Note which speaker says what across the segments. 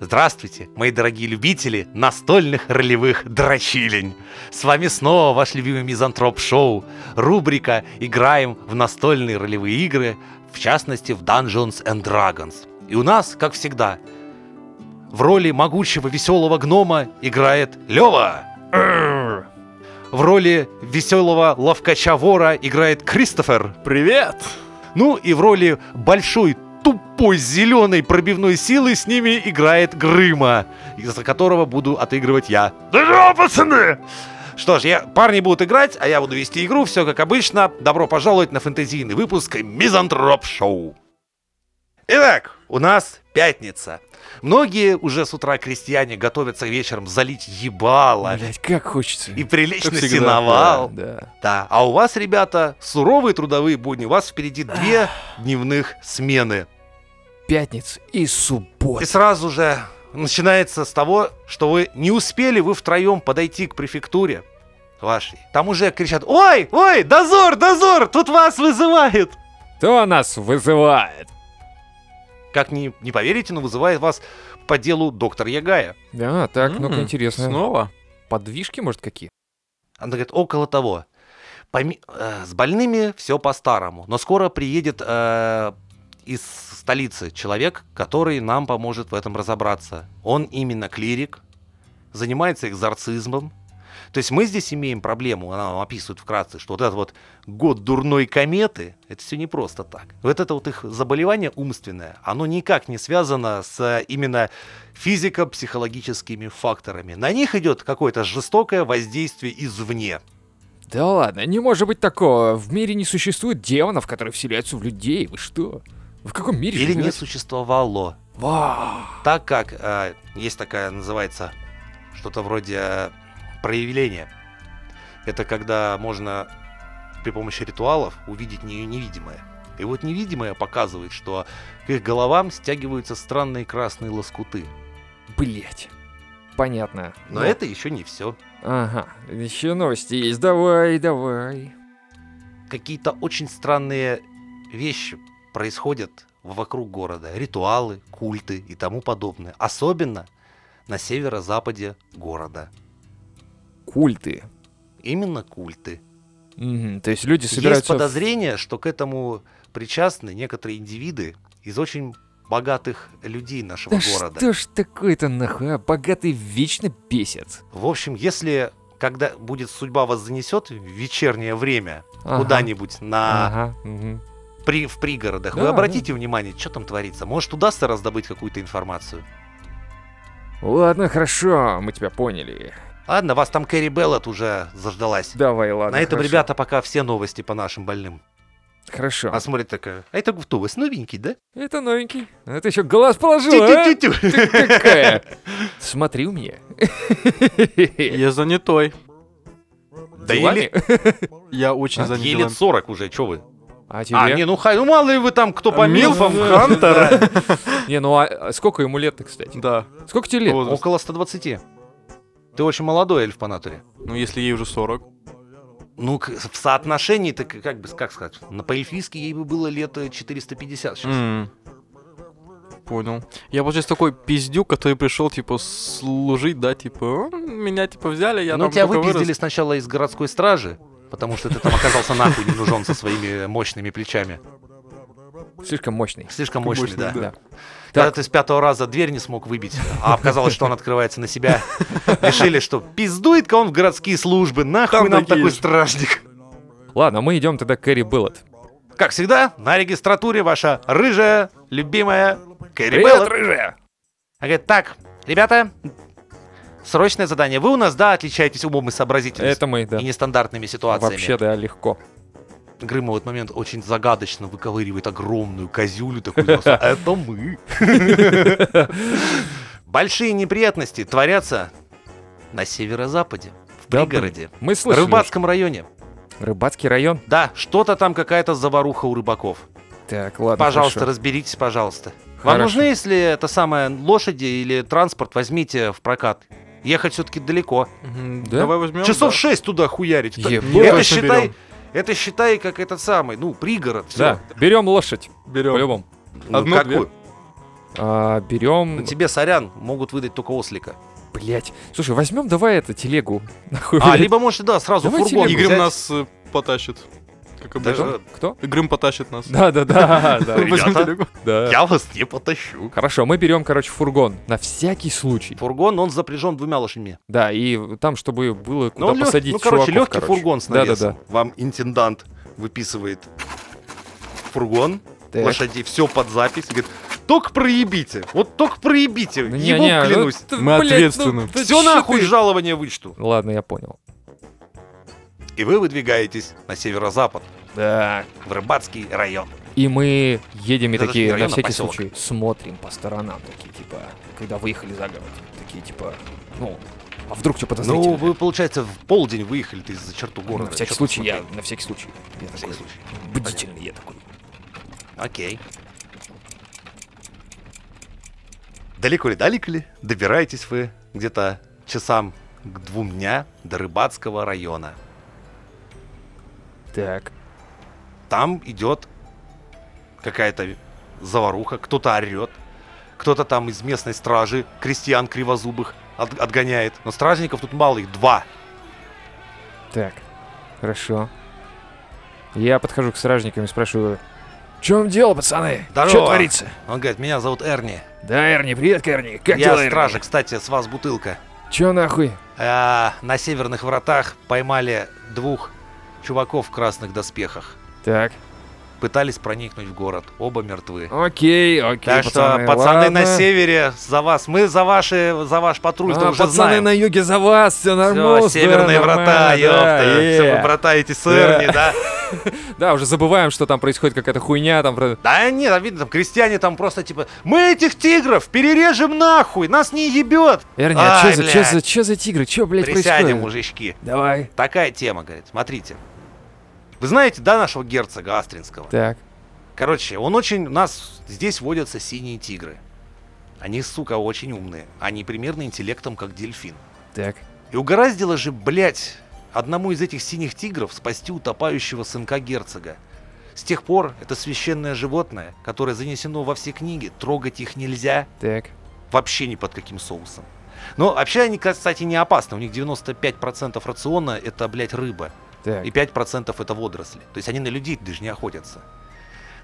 Speaker 1: Здравствуйте, мои дорогие любители настольных ролевых дрочилень! С вами снова ваш любимый Мизантроп-шоу, рубрика «Играем в настольные ролевые игры», в частности в Dungeons and Dragons. И у нас, как всегда, в роли могучего веселого гнома играет Лева. В роли веселого ловкача-вора играет Кристофер.
Speaker 2: Привет!
Speaker 1: Ну и в роли большой тупой зеленой пробивной силы с ними играет Грыма, из-за которого буду отыгрывать я.
Speaker 2: Здорово, пацаны!
Speaker 1: Что ж, я, парни будут играть, а я буду вести игру, все как обычно. Добро пожаловать на фэнтезийный выпуск Мизантроп Шоу. Итак, у нас пятница. Многие уже с утра крестьяне готовятся вечером залить ебало
Speaker 2: Блять, как хочется.
Speaker 1: и прилечь на сеновал.
Speaker 2: Да.
Speaker 1: Да, а у вас, ребята, суровые трудовые будни. У вас впереди две дневных смены.
Speaker 2: Пятниц и суббот.
Speaker 1: И сразу же начинается с того, что вы не успели вы втроем подойти к префектуре вашей. Там уже кричат «Ой, ой, дозор, дозор, тут вас вызывают!»
Speaker 2: Кто нас вызывает?
Speaker 1: Как не, не поверите, но вызывает вас по делу доктор Ягая.
Speaker 3: Да, так, ну-ка
Speaker 2: М,
Speaker 3: интересно.
Speaker 2: Снова?
Speaker 3: Подвижки, может, какие?
Speaker 1: Она говорит, около того. Поми- э, с больными все по-старому, но скоро приедет э, из столицы человек, который нам поможет в этом разобраться. Он именно клирик, занимается экзорцизмом. То есть мы здесь имеем проблему, она нам описывает вкратце, что вот этот вот год дурной кометы, это все не просто так. Вот это вот их заболевание умственное, оно никак не связано с э, именно физико-психологическими факторами. На них идет какое-то жестокое воздействие извне.
Speaker 3: Да ладно, не может быть такого. В мире не существует демонов, которые вселяются в людей. Вы что? Вы в каком мире
Speaker 1: Или не
Speaker 3: живете?
Speaker 1: существовало.
Speaker 3: Вау.
Speaker 1: Так как э, есть такая, называется, что-то вроде э, проявления. Это когда можно при помощи ритуалов увидеть не- невидимое. И вот невидимое показывает, что к их головам стягиваются странные красные лоскуты.
Speaker 3: Блять. Понятно.
Speaker 1: Но
Speaker 3: Ну,
Speaker 1: это еще не все.
Speaker 3: Ага, еще новости есть. Давай, давай.
Speaker 1: какие-то очень странные вещи происходят вокруг города. Ритуалы, культы и тому подобное. Особенно на северо-западе города.
Speaker 3: Культы.
Speaker 1: Именно культы.
Speaker 3: Мгм, то есть люди
Speaker 1: Есть
Speaker 3: собираются... в-
Speaker 1: подозрение, что к этому причастны некоторые индивиды из очень богатых людей нашего
Speaker 3: Да
Speaker 1: города.
Speaker 3: что ж такое-то нахуй? а? Богатый вечно бесит.
Speaker 1: В общем, если когда будет судьба вас занесет в вечернее время
Speaker 3: Ага.
Speaker 1: куда-нибудь на
Speaker 3: Ага. мгм.
Speaker 1: при, в пригородах, вы
Speaker 3: Да,
Speaker 1: обратите внимание, что там творится. Может, удастся раздобыть какую-то информацию.
Speaker 3: Ладно, хорошо, мы тебя поняли.
Speaker 1: Ладно, вас там Кэрри Беллот уже заждалась.
Speaker 3: Давай, ладно.
Speaker 1: На этом,
Speaker 3: хорошо.
Speaker 1: ребята, пока все новости по нашим больным.
Speaker 3: Хорошо.
Speaker 1: А смотрит такая, а это кто у вас, новенький, да?
Speaker 3: Это новенький. Это еще глаз положил, а?
Speaker 1: Тю-тю-тю-тю.
Speaker 2: э?
Speaker 3: Ты какая? Смотри у меня.
Speaker 2: Я занятой.
Speaker 1: Да ей лет-
Speaker 2: Я очень занят.
Speaker 1: ей лет 40 уже, чё вы?
Speaker 3: А тебе?
Speaker 1: А, не, ну, хай, ну мало ли вы там, кто по милфам.
Speaker 2: Хантер?
Speaker 3: Не, ну а- а сколько ему лет-то, кстати?
Speaker 2: Да.
Speaker 3: Сколько тебе лет?
Speaker 2: Вот. возраст.
Speaker 1: Около 120. Ты очень молодой эльф по натуре.
Speaker 2: Ну, если ей уже 40.
Speaker 1: Ну, к- в соотношении, так как бы, как сказать, на по-эльфийски ей бы было лет э, 450 сейчас.
Speaker 2: М. Понял. Я вот сейчас такой пиздюк, который пришел, типа, служить, да, типа, «М, меня, типа, взяли, я
Speaker 1: Ну,
Speaker 2: там
Speaker 1: тебя
Speaker 2: только вырос».
Speaker 1: выпиздили сначала из городской стражи, потому что ты там оказался нахуй не нужен со своими э, мощными плечами.
Speaker 3: Слишком мощный.
Speaker 1: Слишком мощный,
Speaker 2: Мощный,
Speaker 1: да.
Speaker 2: да.
Speaker 1: Когда
Speaker 3: Так.
Speaker 1: ты с пятого раза дверь не смог выбить, а оказалось, что он открывается на себя, решили, что пиздует-ка он в городские службы, нахуй
Speaker 2: Там
Speaker 1: нам
Speaker 2: такие
Speaker 1: такой
Speaker 2: же.
Speaker 1: стражник.
Speaker 3: Ладно, мы идем тогда к Кэрри Беллот.
Speaker 1: Как всегда, на регистратуре ваша рыжая, любимая Кэрри
Speaker 3: Привет,
Speaker 1: Белла.
Speaker 3: рыжая!
Speaker 1: Она говорит, так, ребята, срочное задание. Вы у нас, да, отличаетесь умом и сообразительностью.
Speaker 3: Это мы, да.
Speaker 1: И нестандартными ситуациями.
Speaker 3: Вообще, да, легко.
Speaker 1: Грыма а в этот момент очень загадочно выковыривает огромную козюлю такую. из носа. «А Это мы. Большие неприятности творятся на северо-западе, в
Speaker 3: Да,
Speaker 1: пригороде,
Speaker 3: Мы
Speaker 1: в
Speaker 3: слышали.
Speaker 1: рыбацком районе.
Speaker 3: Рыбацкий район?
Speaker 1: Да, что-то там какая-то заваруха у рыбаков.
Speaker 3: Так, ладно,
Speaker 1: Пожалуйста,
Speaker 3: хорошо.
Speaker 1: разберитесь, пожалуйста. Вам
Speaker 3: Хорошо.
Speaker 1: нужны, если это самое, лошади или транспорт, возьмите в прокат. Ехать все-таки далеко.
Speaker 2: Мгм,
Speaker 3: Ну Да?
Speaker 2: Давай возьмем.
Speaker 1: Часов
Speaker 2: да.
Speaker 1: шесть туда хуярить.
Speaker 3: Ебать.
Speaker 1: Это
Speaker 2: Точно
Speaker 1: считай,
Speaker 2: берем.
Speaker 1: это считай, как этот самый, ну, пригород. всё.
Speaker 3: Да, берем лошадь,
Speaker 2: Берем.
Speaker 3: по-любому.
Speaker 1: Ну,
Speaker 2: Одну,
Speaker 1: какую?
Speaker 3: А, берем...
Speaker 1: Ну, тебе, сорян, могут выдать только ослика.
Speaker 3: Блять. Слушай, возьмем давай это, телегу. Нахуй,
Speaker 1: А,
Speaker 3: блядь.
Speaker 1: либо можешь, да, сразу
Speaker 3: Давайте
Speaker 1: фургон
Speaker 3: Лего.
Speaker 1: взять.
Speaker 2: Игрым нас э, потащит. Как обычно.
Speaker 1: Даже-
Speaker 3: Кто?
Speaker 2: Игрым потащит нас.
Speaker 3: Да, да, да, да,
Speaker 1: Ребята.
Speaker 2: Возьмём телегу.
Speaker 3: да.
Speaker 1: Я вас не потащу.
Speaker 3: Хорошо, мы берем, короче, фургон. На всякий случай.
Speaker 1: Фургон, он запряжен двумя лошадьми.
Speaker 3: Да, и там, чтобы было
Speaker 1: Ну,
Speaker 3: куда
Speaker 1: он лёг-
Speaker 3: посадить
Speaker 1: ну, короче,
Speaker 3: чуваков,
Speaker 1: легкий фургон с
Speaker 3: Да, да,
Speaker 1: навесом. Вам интендант выписывает фургон,
Speaker 3: Так.
Speaker 1: лошади, все под запись. Говорит, только проебите, вот только проебите,
Speaker 3: Ну,
Speaker 1: ему
Speaker 3: не-не, ну,
Speaker 1: клянусь.
Speaker 3: ты,
Speaker 2: Мы
Speaker 3: блядь,
Speaker 2: ответственны.
Speaker 3: ну, ты
Speaker 1: все
Speaker 3: чё
Speaker 1: нахуй
Speaker 3: ты?
Speaker 1: жалование вычту.
Speaker 3: Ладно, я понял.
Speaker 1: И вы выдвигаетесь на северо-запад,
Speaker 3: Да.
Speaker 1: в рыбацкий район.
Speaker 3: И мы едем и
Speaker 1: Это
Speaker 3: такие,
Speaker 1: даже не
Speaker 3: на
Speaker 1: район, а
Speaker 3: всякий
Speaker 1: посёлок.
Speaker 3: случай, смотрим по сторонам, такие, типа, когда выехали за город, такие, типа, ну, а вдруг что подозрительно? Ну,
Speaker 1: Ну, вы, получается, в полдень выехали-то из-за черту города.
Speaker 3: на всякий
Speaker 1: Чё
Speaker 3: случай, я,
Speaker 1: посмотрели?
Speaker 3: на всякий случай, я
Speaker 1: На
Speaker 3: такой,
Speaker 1: всякий случай.
Speaker 3: бдительный я такой.
Speaker 1: Окей. Далеко ли, далеко ли, добираетесь вы где-то часам к двум дня до Рыбацкого района.
Speaker 3: Так,
Speaker 1: Там идет какая-то заваруха, кто-то орет, кто-то там из местной стражи, крестьян кривозубых от- отгоняет. Но стражников тут мало, их два.
Speaker 3: так, хорошо. Я подхожу к стражникам и спрашиваю, в чем дело, пацаны? Что
Speaker 1: Здорово.
Speaker 3: творится?
Speaker 1: Он говорит, меня зовут Эрни.
Speaker 3: Да, Эрни, привет, Эрни, как
Speaker 1: Я
Speaker 3: дела, Эрни?
Speaker 1: стража, кстати, с вас бутылка.
Speaker 3: Чё нахуй?
Speaker 1: А, на северных вратах поймали двух чуваков в красных доспехах.
Speaker 3: Так,
Speaker 1: Пытались проникнуть в город. Оба мертвы.
Speaker 3: окей, окей,
Speaker 1: Так что, пацаны, на
Speaker 3: ладно.
Speaker 1: севере за вас. Мы за ваши, за ваш патруль
Speaker 3: А,
Speaker 1: уже
Speaker 3: пацаны
Speaker 1: знаем.
Speaker 3: на юге за вас, все нормально.
Speaker 1: Все, северные врата, ёпта. Все, вы братаете с
Speaker 3: Да.
Speaker 1: Эрни, да?
Speaker 3: Да, уже забываем, что там происходит какая-то хуйня, там про-
Speaker 1: Да нет, там видно, там крестьяне там просто типа, мы этих тигров перережем нахуй, нас не ебет.
Speaker 3: Эрни,
Speaker 1: Ай,
Speaker 3: а чё за,
Speaker 1: блядь.
Speaker 3: чё за, чё за тигры, чё, блядь, происходит?
Speaker 1: Присядем, мужички.
Speaker 3: Давай.
Speaker 1: Такая тема, говорит, смотрите. Вы знаете, да, нашего герцога Астринского?
Speaker 3: Так,
Speaker 1: Короче, он очень... У нас здесь водятся синие тигры. Они, сука, очень умные. Они примерно интеллектом, как дельфин.
Speaker 3: так.
Speaker 1: И угораздило же, блядь, одному из этих синих тигров спасти утопающего сынка герцога. С тех пор это священное животное, которое занесено во все книги, трогать их нельзя
Speaker 3: Так.
Speaker 1: вообще ни под каким соусом. Но вообще они, кстати, не опасны. У них 95% рациона это, блядь, рыба.
Speaker 3: Так.
Speaker 1: И 5% это водоросли. То есть они на людей даже не охотятся.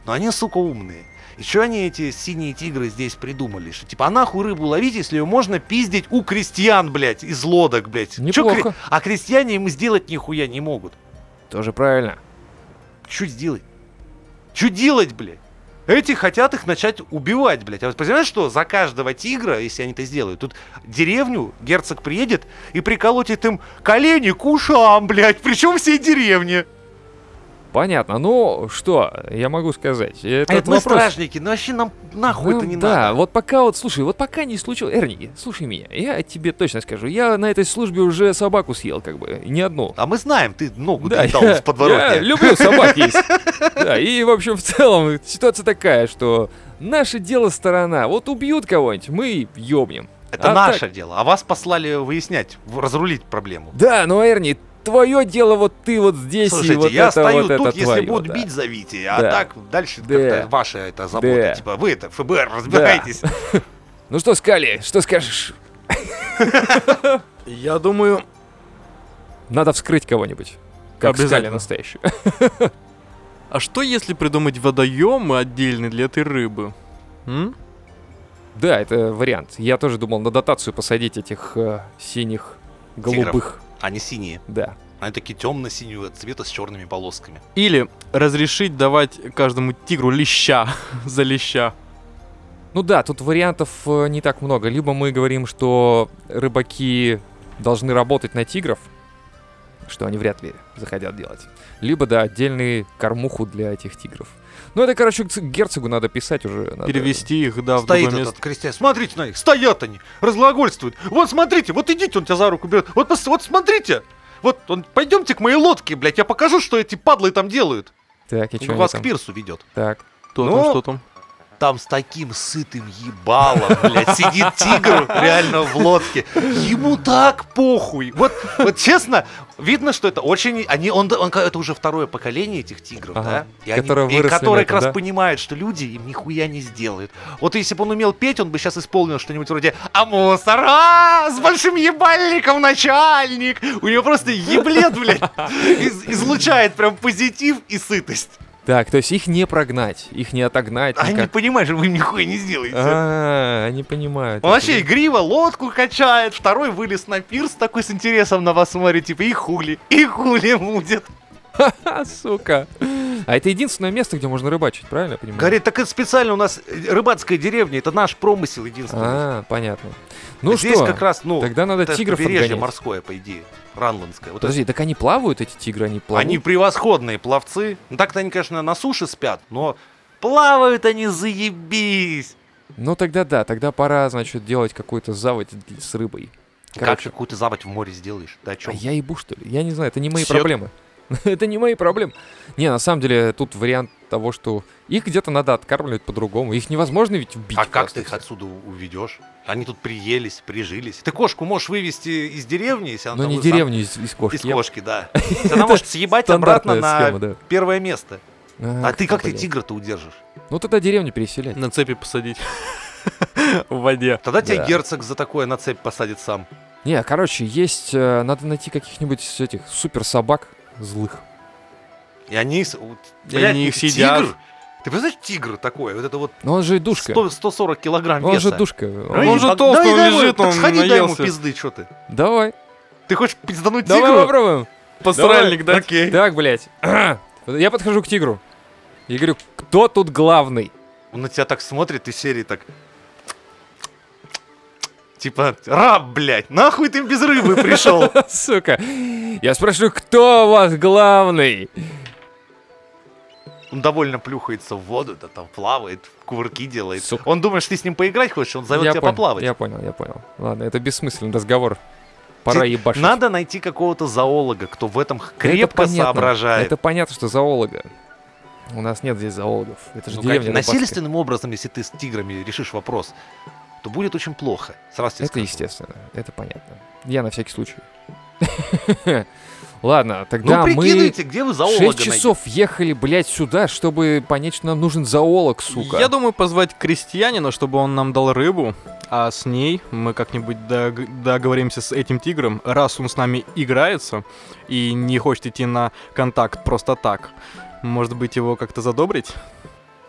Speaker 1: Но они, сука, умные. И что они эти синие тигры здесь придумали? Что типа, а нахуй рыбу ловить, если ее можно пиздить у крестьян, блядь, из лодок, блядь. Чё
Speaker 3: Неплохо.
Speaker 1: кре- А крестьяне им сделать нихуя не могут.
Speaker 3: Тоже правильно.
Speaker 1: Чё сделать? Чё делать, блядь? Эти хотят их начать убивать, блядь. А вот понимаешь, что за каждого тигра, если они это сделают, тут деревню герцог приедет и приколотит им колени к ушам, блядь. Причем всей деревне.
Speaker 3: Понятно. Ну, что я могу сказать?
Speaker 1: А
Speaker 3: Этот
Speaker 1: Это мы
Speaker 3: вопрос...
Speaker 1: стражники, ну вообще нам нахуй
Speaker 3: Ну
Speaker 1: это не
Speaker 3: да,
Speaker 1: надо.
Speaker 3: вот пока вот, слушай, вот пока не случилось... Эрни, слушай меня, я тебе точно скажу, я на этой службе уже собаку съел, как бы, не одну.
Speaker 1: А мы знаем, ты ногу
Speaker 3: Да,
Speaker 1: доедал
Speaker 3: я,
Speaker 1: в подворотне.
Speaker 3: я люблю собак есть. Да, и, в общем, в целом, ситуация такая, что наше дело сторона. Вот убьют кого-нибудь, мы ёбнем.
Speaker 1: Это
Speaker 3: а
Speaker 1: наше дело, а вас послали выяснять, в- разрулить проблему.
Speaker 3: Да, но, Эрни, твое дело вот ты вот здесь
Speaker 1: Слушайте,
Speaker 3: и вот
Speaker 1: я
Speaker 3: это
Speaker 1: стою
Speaker 3: вот
Speaker 1: тут,
Speaker 3: это
Speaker 1: если
Speaker 3: твоё,
Speaker 1: будут
Speaker 3: да.
Speaker 1: бить, зовите, а
Speaker 3: Да.
Speaker 1: так дальше
Speaker 3: Да.
Speaker 1: как-то ваша это забота.
Speaker 3: Да.
Speaker 1: Типа вы это, ФБР, разбирайтесь.
Speaker 3: Ну что, Скали, что скажешь?
Speaker 2: Я думаю,
Speaker 3: Надо вскрыть кого-нибудь. Как Скали
Speaker 2: Обязательно.
Speaker 3: настоящий.
Speaker 2: а что если придумать водоемы отдельные для этой рыбы? М?
Speaker 3: Да, это вариант. Я тоже думал на дотацию посадить этих э, синих, голубых.
Speaker 1: Они синие,
Speaker 3: Да.
Speaker 1: они такие темно-синего цвета с черными полосками.
Speaker 2: Или разрешить давать каждому тигру леща за леща.
Speaker 3: Ну да, тут вариантов э, не так много. Либо мы говорим, что рыбаки должны работать на тигров, что они вряд ли захотят делать. Либо, да, отдельные кормуху для этих тигров. Ну это, короче, к ц- герцогу надо писать уже. надо-
Speaker 2: Перевести их,
Speaker 3: А
Speaker 2: да,
Speaker 1: Э,
Speaker 2: в
Speaker 1: Стоит
Speaker 2: другое
Speaker 1: этот
Speaker 2: место.
Speaker 1: крестьян, смотрите на них, стоят они, разглагольствуют. Вот смотрите, вот идите, он тебя за руку берет, вот, пос- вот смотрите. Вот, он, пойдемте к моей лодке, блядь, я покажу, что эти падлы там делают.
Speaker 3: Так, и
Speaker 1: Он
Speaker 3: чё они
Speaker 1: Ну, вас
Speaker 3: там?
Speaker 1: к пирсу ведет.
Speaker 3: Так.
Speaker 2: Кто
Speaker 1: Ну,
Speaker 2: там, что там?
Speaker 1: Там с таким сытым ебалом, блядь, сидит тигр реально в лодке. Ему так похуй. Вот, вот честно, Видно, что это очень... Они, он, он- это уже второе поколение этих тигров,
Speaker 3: Ага.
Speaker 1: да? И, они-
Speaker 3: Которые
Speaker 1: и
Speaker 3: выросли на
Speaker 1: которые как
Speaker 3: этом,
Speaker 1: раз
Speaker 3: да?
Speaker 1: понимают, что люди им нихуя не сделают. Вот если бы он умел петь, он бы сейчас исполнил что-нибудь вроде «А мусор, а, с большим ебальником начальник!» У него просто еблет, блядь, из- излучает прям позитив и сытость.
Speaker 3: Так, то есть их не прогнать, их не отогнать.
Speaker 1: Они А не
Speaker 3: никак.
Speaker 1: понимают, что вы им нихуя не сделаете.
Speaker 3: А, они понимают.
Speaker 1: Он вообще игриво лодку качает, второй вылез на пирс, такой с интересом на вас смотрит, типа и хули, и хули мудит.
Speaker 3: А, сука. А это единственное место, где можно рыбачить, правильно я понимаю?
Speaker 1: Говорит, так это специально у нас э, рыбацкая деревня, это наш промысел единственный.
Speaker 3: А, понятно. Ну
Speaker 1: Здесь
Speaker 3: что,
Speaker 1: как раз, ну,
Speaker 3: тогда надо
Speaker 1: это
Speaker 3: тигров
Speaker 1: побережье
Speaker 3: отгонять.
Speaker 1: морское, по идее, ранландское. Вот
Speaker 3: Подожди, так они плавают, эти тигры, они
Speaker 1: это-
Speaker 3: плавают?
Speaker 1: Они превосходные пловцы. Ну, так-то они, конечно, на суше спят, но плавают они заебись.
Speaker 3: Ну тогда да, тогда пора, значит, делать какую-то заводь для- с рыбой.
Speaker 1: Как
Speaker 3: Короче,
Speaker 1: же какую-то заводь в море сделаешь? Да о
Speaker 3: а
Speaker 1: чем?
Speaker 3: я ебу, что ли? Я не знаю, это не мои
Speaker 2: Сет.
Speaker 3: проблемы. это не мои проблемы. Не, на самом деле, тут вариант того, что их где-то надо откармливать по-другому. Их невозможно ведь убить.
Speaker 1: А как
Speaker 3: просто.
Speaker 1: ты их отсюда у- уведешь? Они тут приелись, прижились. Ты кошку можешь вывести из деревни, если она
Speaker 3: Ну
Speaker 1: там
Speaker 3: не
Speaker 1: высо-
Speaker 3: деревню из, из кошки.
Speaker 1: Из кошки, да. Она может съебать обратно
Speaker 3: Стандартная схема,
Speaker 1: на
Speaker 3: да.
Speaker 1: первое место. А
Speaker 3: Ах
Speaker 1: ты как ты
Speaker 3: блядь.
Speaker 1: тигра-то удержишь?
Speaker 3: Ну тогда деревню переселять.
Speaker 2: На цепи посадить. В воде.
Speaker 1: Тогда тебя
Speaker 3: Да.
Speaker 1: герцог за такое на цепь посадит сам.
Speaker 3: Не, короче, есть... э, Надо найти каких-нибудь этих супер собак злых.
Speaker 1: И они... с- вот,
Speaker 2: И
Speaker 1: блядь, ну
Speaker 2: они их
Speaker 1: тигр.
Speaker 2: съедят.
Speaker 1: Ты представляешь, тигр такой, вот это вот
Speaker 3: Но он же и душка.
Speaker 1: 100 140 килограмм
Speaker 3: Он
Speaker 1: веса.
Speaker 3: же душка.
Speaker 1: Ну
Speaker 3: Он-
Speaker 2: Он
Speaker 1: и
Speaker 2: же
Speaker 1: под-
Speaker 2: толстый,
Speaker 1: дай
Speaker 2: он
Speaker 1: домой,
Speaker 2: лежит,
Speaker 1: так
Speaker 2: он
Speaker 1: сходи, дай ему
Speaker 2: наелся.
Speaker 1: пизды, что ты.
Speaker 3: Давай.
Speaker 1: Ты хочешь пиздануть
Speaker 3: Давай
Speaker 1: тигру? Э.
Speaker 3: попробуем.
Speaker 2: Посральник, да?
Speaker 1: Окей.
Speaker 3: Так, блядь. Я подхожу к тигру. И говорю, кто тут главный?
Speaker 1: Он на тебя так смотрит, и серии так... Типа, раб, блядь, нахуй ты без рыбы пришел?
Speaker 3: Сука. Я спрашиваю, кто у вас главный?
Speaker 1: Он довольно плюхается в воду, да там плавает, кувырки делает.
Speaker 3: Сука.
Speaker 1: Он думает, что ты с ним поиграть хочешь, он зовет
Speaker 3: я
Speaker 1: тебя
Speaker 3: понял,
Speaker 1: поплавать.
Speaker 3: Я понял, я понял. Ладно, это бессмысленный разговор. Пора ебашить.
Speaker 1: Надо найти какого-то зоолога, кто в этом х-
Speaker 3: Это
Speaker 1: крепко
Speaker 3: понятно.
Speaker 1: соображает. Ну,
Speaker 3: Это понятно, что зоолога. У нас нет здесь зоологов. Это же
Speaker 1: Ну,
Speaker 3: деревня
Speaker 1: как,
Speaker 3: рыбацкая.
Speaker 1: насильственным образом, если ты с тиграми решишь вопрос, то будет очень плохо. Сразу тебе
Speaker 3: Это
Speaker 1: скажу.
Speaker 3: естественно, это понятно. Я на всякий случай. Ладно,
Speaker 1: Ну,
Speaker 3: тогда мы...
Speaker 1: прикидывайте, где вы зоолога
Speaker 3: Шесть
Speaker 1: найдете.
Speaker 3: часов ехали, блядь, сюда, чтобы понять, что нам нужен зоолог, сука.
Speaker 2: Я думаю позвать крестьянина, чтобы он нам дал рыбу, а с ней мы как-нибудь дог- договоримся с этим тигром, раз он с нами играется и не хочет идти на контакт просто так. Может быть, его как-то задобрить?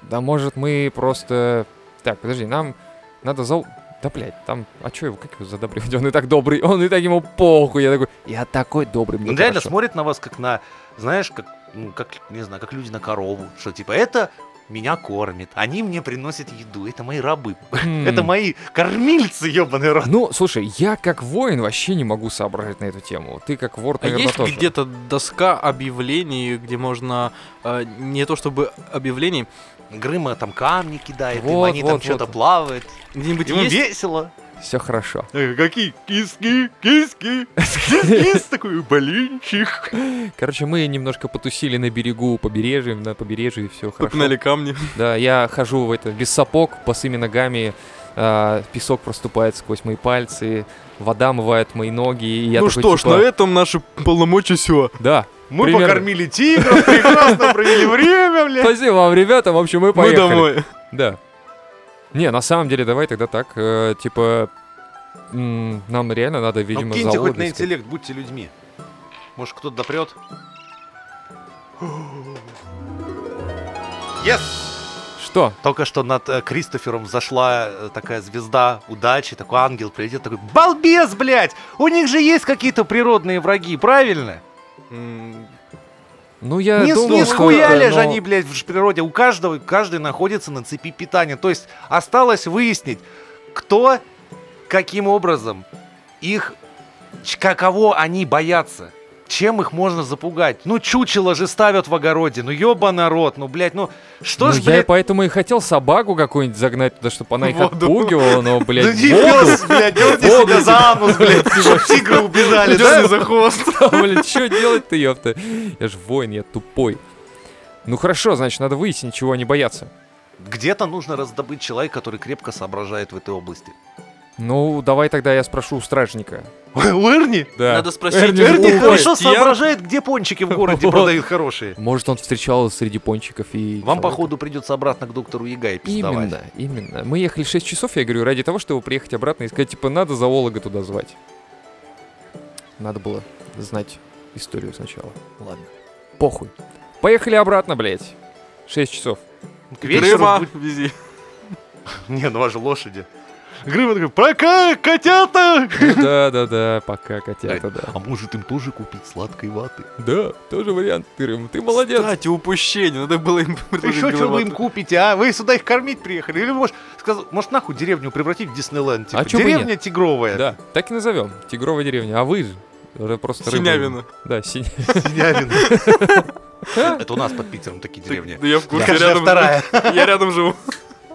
Speaker 3: Да может мы просто... Так, подожди, нам надо зал... Да, блядь, там... А чё его, как его задобривать? Он и так добрый, он и так ему похуй. Я такой, я такой добрый, мне
Speaker 1: Он реально
Speaker 3: Ну, хорошо».
Speaker 1: смотрит на вас, как на, знаешь, как, ну, как, не знаю, как люди на корову. Что типа, это меня кормит, они мне приносят еду, это мои рабы.
Speaker 3: М.
Speaker 1: Это мои кормильцы, ебаный рот.
Speaker 3: Хм. Ну, слушай, я как воин вообще не могу соображать на эту тему. Ты как вор,
Speaker 2: А
Speaker 3: наверное,
Speaker 2: есть
Speaker 3: тоже.
Speaker 2: где-то доска объявлений, где можно э, не то чтобы объявлений,
Speaker 1: Грыма там камни кидает, им
Speaker 3: Вот,
Speaker 1: они там
Speaker 3: вот,
Speaker 1: что-то
Speaker 3: вот.
Speaker 1: плавают.
Speaker 2: где-нибудь
Speaker 1: Ему
Speaker 2: есть?
Speaker 1: весело.
Speaker 3: Все хорошо.
Speaker 1: какие киски, киски, кис такой блинчик.
Speaker 3: Короче, мы немножко потусили на берегу, побережье, на побережье, и все хорошо.
Speaker 2: Попинали камни.
Speaker 3: Да, я хожу в это без сапог, босыми ногами, а, песок проступает сквозь мои пальцы, вода мывает мои ноги, и я
Speaker 2: ну
Speaker 3: такой,
Speaker 2: что ж,
Speaker 3: типа,
Speaker 2: на этом наши полномочия все.
Speaker 3: Да.
Speaker 1: Мы
Speaker 3: Примерно.
Speaker 1: покормили тигров, прекрасно провели время, бля.
Speaker 3: Спасибо вам, ребята, в общем, мы
Speaker 2: Мы
Speaker 3: поехали.
Speaker 2: домой.
Speaker 3: Да. Не, на самом деле, давай тогда так, э, типа, м, нам реально надо,
Speaker 1: Ну
Speaker 3: видимо,
Speaker 1: киньте хоть
Speaker 3: зоолога
Speaker 1: на
Speaker 3: искать.
Speaker 1: интеллект, будьте людьми. Может, кто-то допрет? Yes!
Speaker 3: Что?
Speaker 1: Только что над э, Кристофером зашла э, такая звезда удачи, такой ангел прилетит, такой «Балбес, блядь! У них же есть какие-то природные враги, правильно?»
Speaker 3: Ну, я
Speaker 1: не, с-
Speaker 3: думал,
Speaker 1: не
Speaker 3: что,
Speaker 1: схуяли
Speaker 3: э,
Speaker 1: же
Speaker 3: но-
Speaker 1: они, блядь, в ж- природе. У каждого, каждый находится на цепи питания. То есть осталось выяснить, кто, каким образом их, ч- каково они боятся. Чем их можно запугать? Ну, чучело же ставят в огороде. Ну, ёба народ, ну, блядь, ну, что
Speaker 3: Ну,
Speaker 1: ж,
Speaker 3: я
Speaker 1: блядь,
Speaker 3: поэтому и хотел собаку какую-нибудь загнать туда, чтобы она их
Speaker 2: Воду.
Speaker 3: отпугивала, но, блядь,
Speaker 1: ну, не
Speaker 3: воду,
Speaker 1: пёс, блядь, дёрни
Speaker 3: Воду.
Speaker 1: себя за анус, блядь, чтоб тигры убежали, да?
Speaker 2: за хвост.
Speaker 3: Блин, что делать-то, ёпта? Я же воин, я тупой. Ну хорошо, значит, надо выяснить, чего они боятся.
Speaker 1: Где-то нужно раздобыть человека, который крепко соображает в этой области.
Speaker 3: Ну, давай тогда я спрошу у стражника.
Speaker 1: У Эрни?
Speaker 3: Да.
Speaker 4: Надо спросить.
Speaker 2: Эрни же
Speaker 1: Эрни
Speaker 2: Ой,
Speaker 1: хорошо
Speaker 2: Стьян.
Speaker 1: соображает, где пончики в городе
Speaker 2: Вот.
Speaker 1: продают хорошие.
Speaker 3: Может, он встречал среди пончиков и...
Speaker 1: Вам,
Speaker 3: человека.
Speaker 1: походу, придется обратно к доктору Ягай пиздовать.
Speaker 3: Именно, именно. Мы ехали 6 часов, я говорю, ради того, чтобы приехать обратно и сказать, типа, надо зоолога туда звать. Надо было знать историю сначала. Ладно. Похуй. Поехали обратно, блядь. 6 часов.
Speaker 1: К вечеру
Speaker 2: Грыба,
Speaker 1: будет-
Speaker 2: вези.
Speaker 1: Не, ну вас же лошади. Грыба такой, пока, котята!
Speaker 3: Да-да-да, пока, котята, да.
Speaker 1: А может им тоже купить сладкой ваты?
Speaker 3: Да, тоже вариант. Ты, ты молодец.
Speaker 2: Кстати, упущение. Надо было им предложить
Speaker 1: Еще что вы им
Speaker 2: беловатую.
Speaker 1: купите, а? Вы сюда их кормить приехали? Или может, сказ- может нахуй деревню превратить в Диснейленд? Типа,
Speaker 3: А чё бы
Speaker 1: деревня тигровая.
Speaker 3: Да, так и назовем. Тигровая деревня. А вы же? уже Просто рыбу-
Speaker 2: Синявина.
Speaker 3: Да, синя.
Speaker 1: Синявина. Это у нас под Питером такие деревни.
Speaker 2: Да я в курсе,
Speaker 1: Каждая
Speaker 2: рядом-
Speaker 1: вторая.
Speaker 2: Я рядом живу.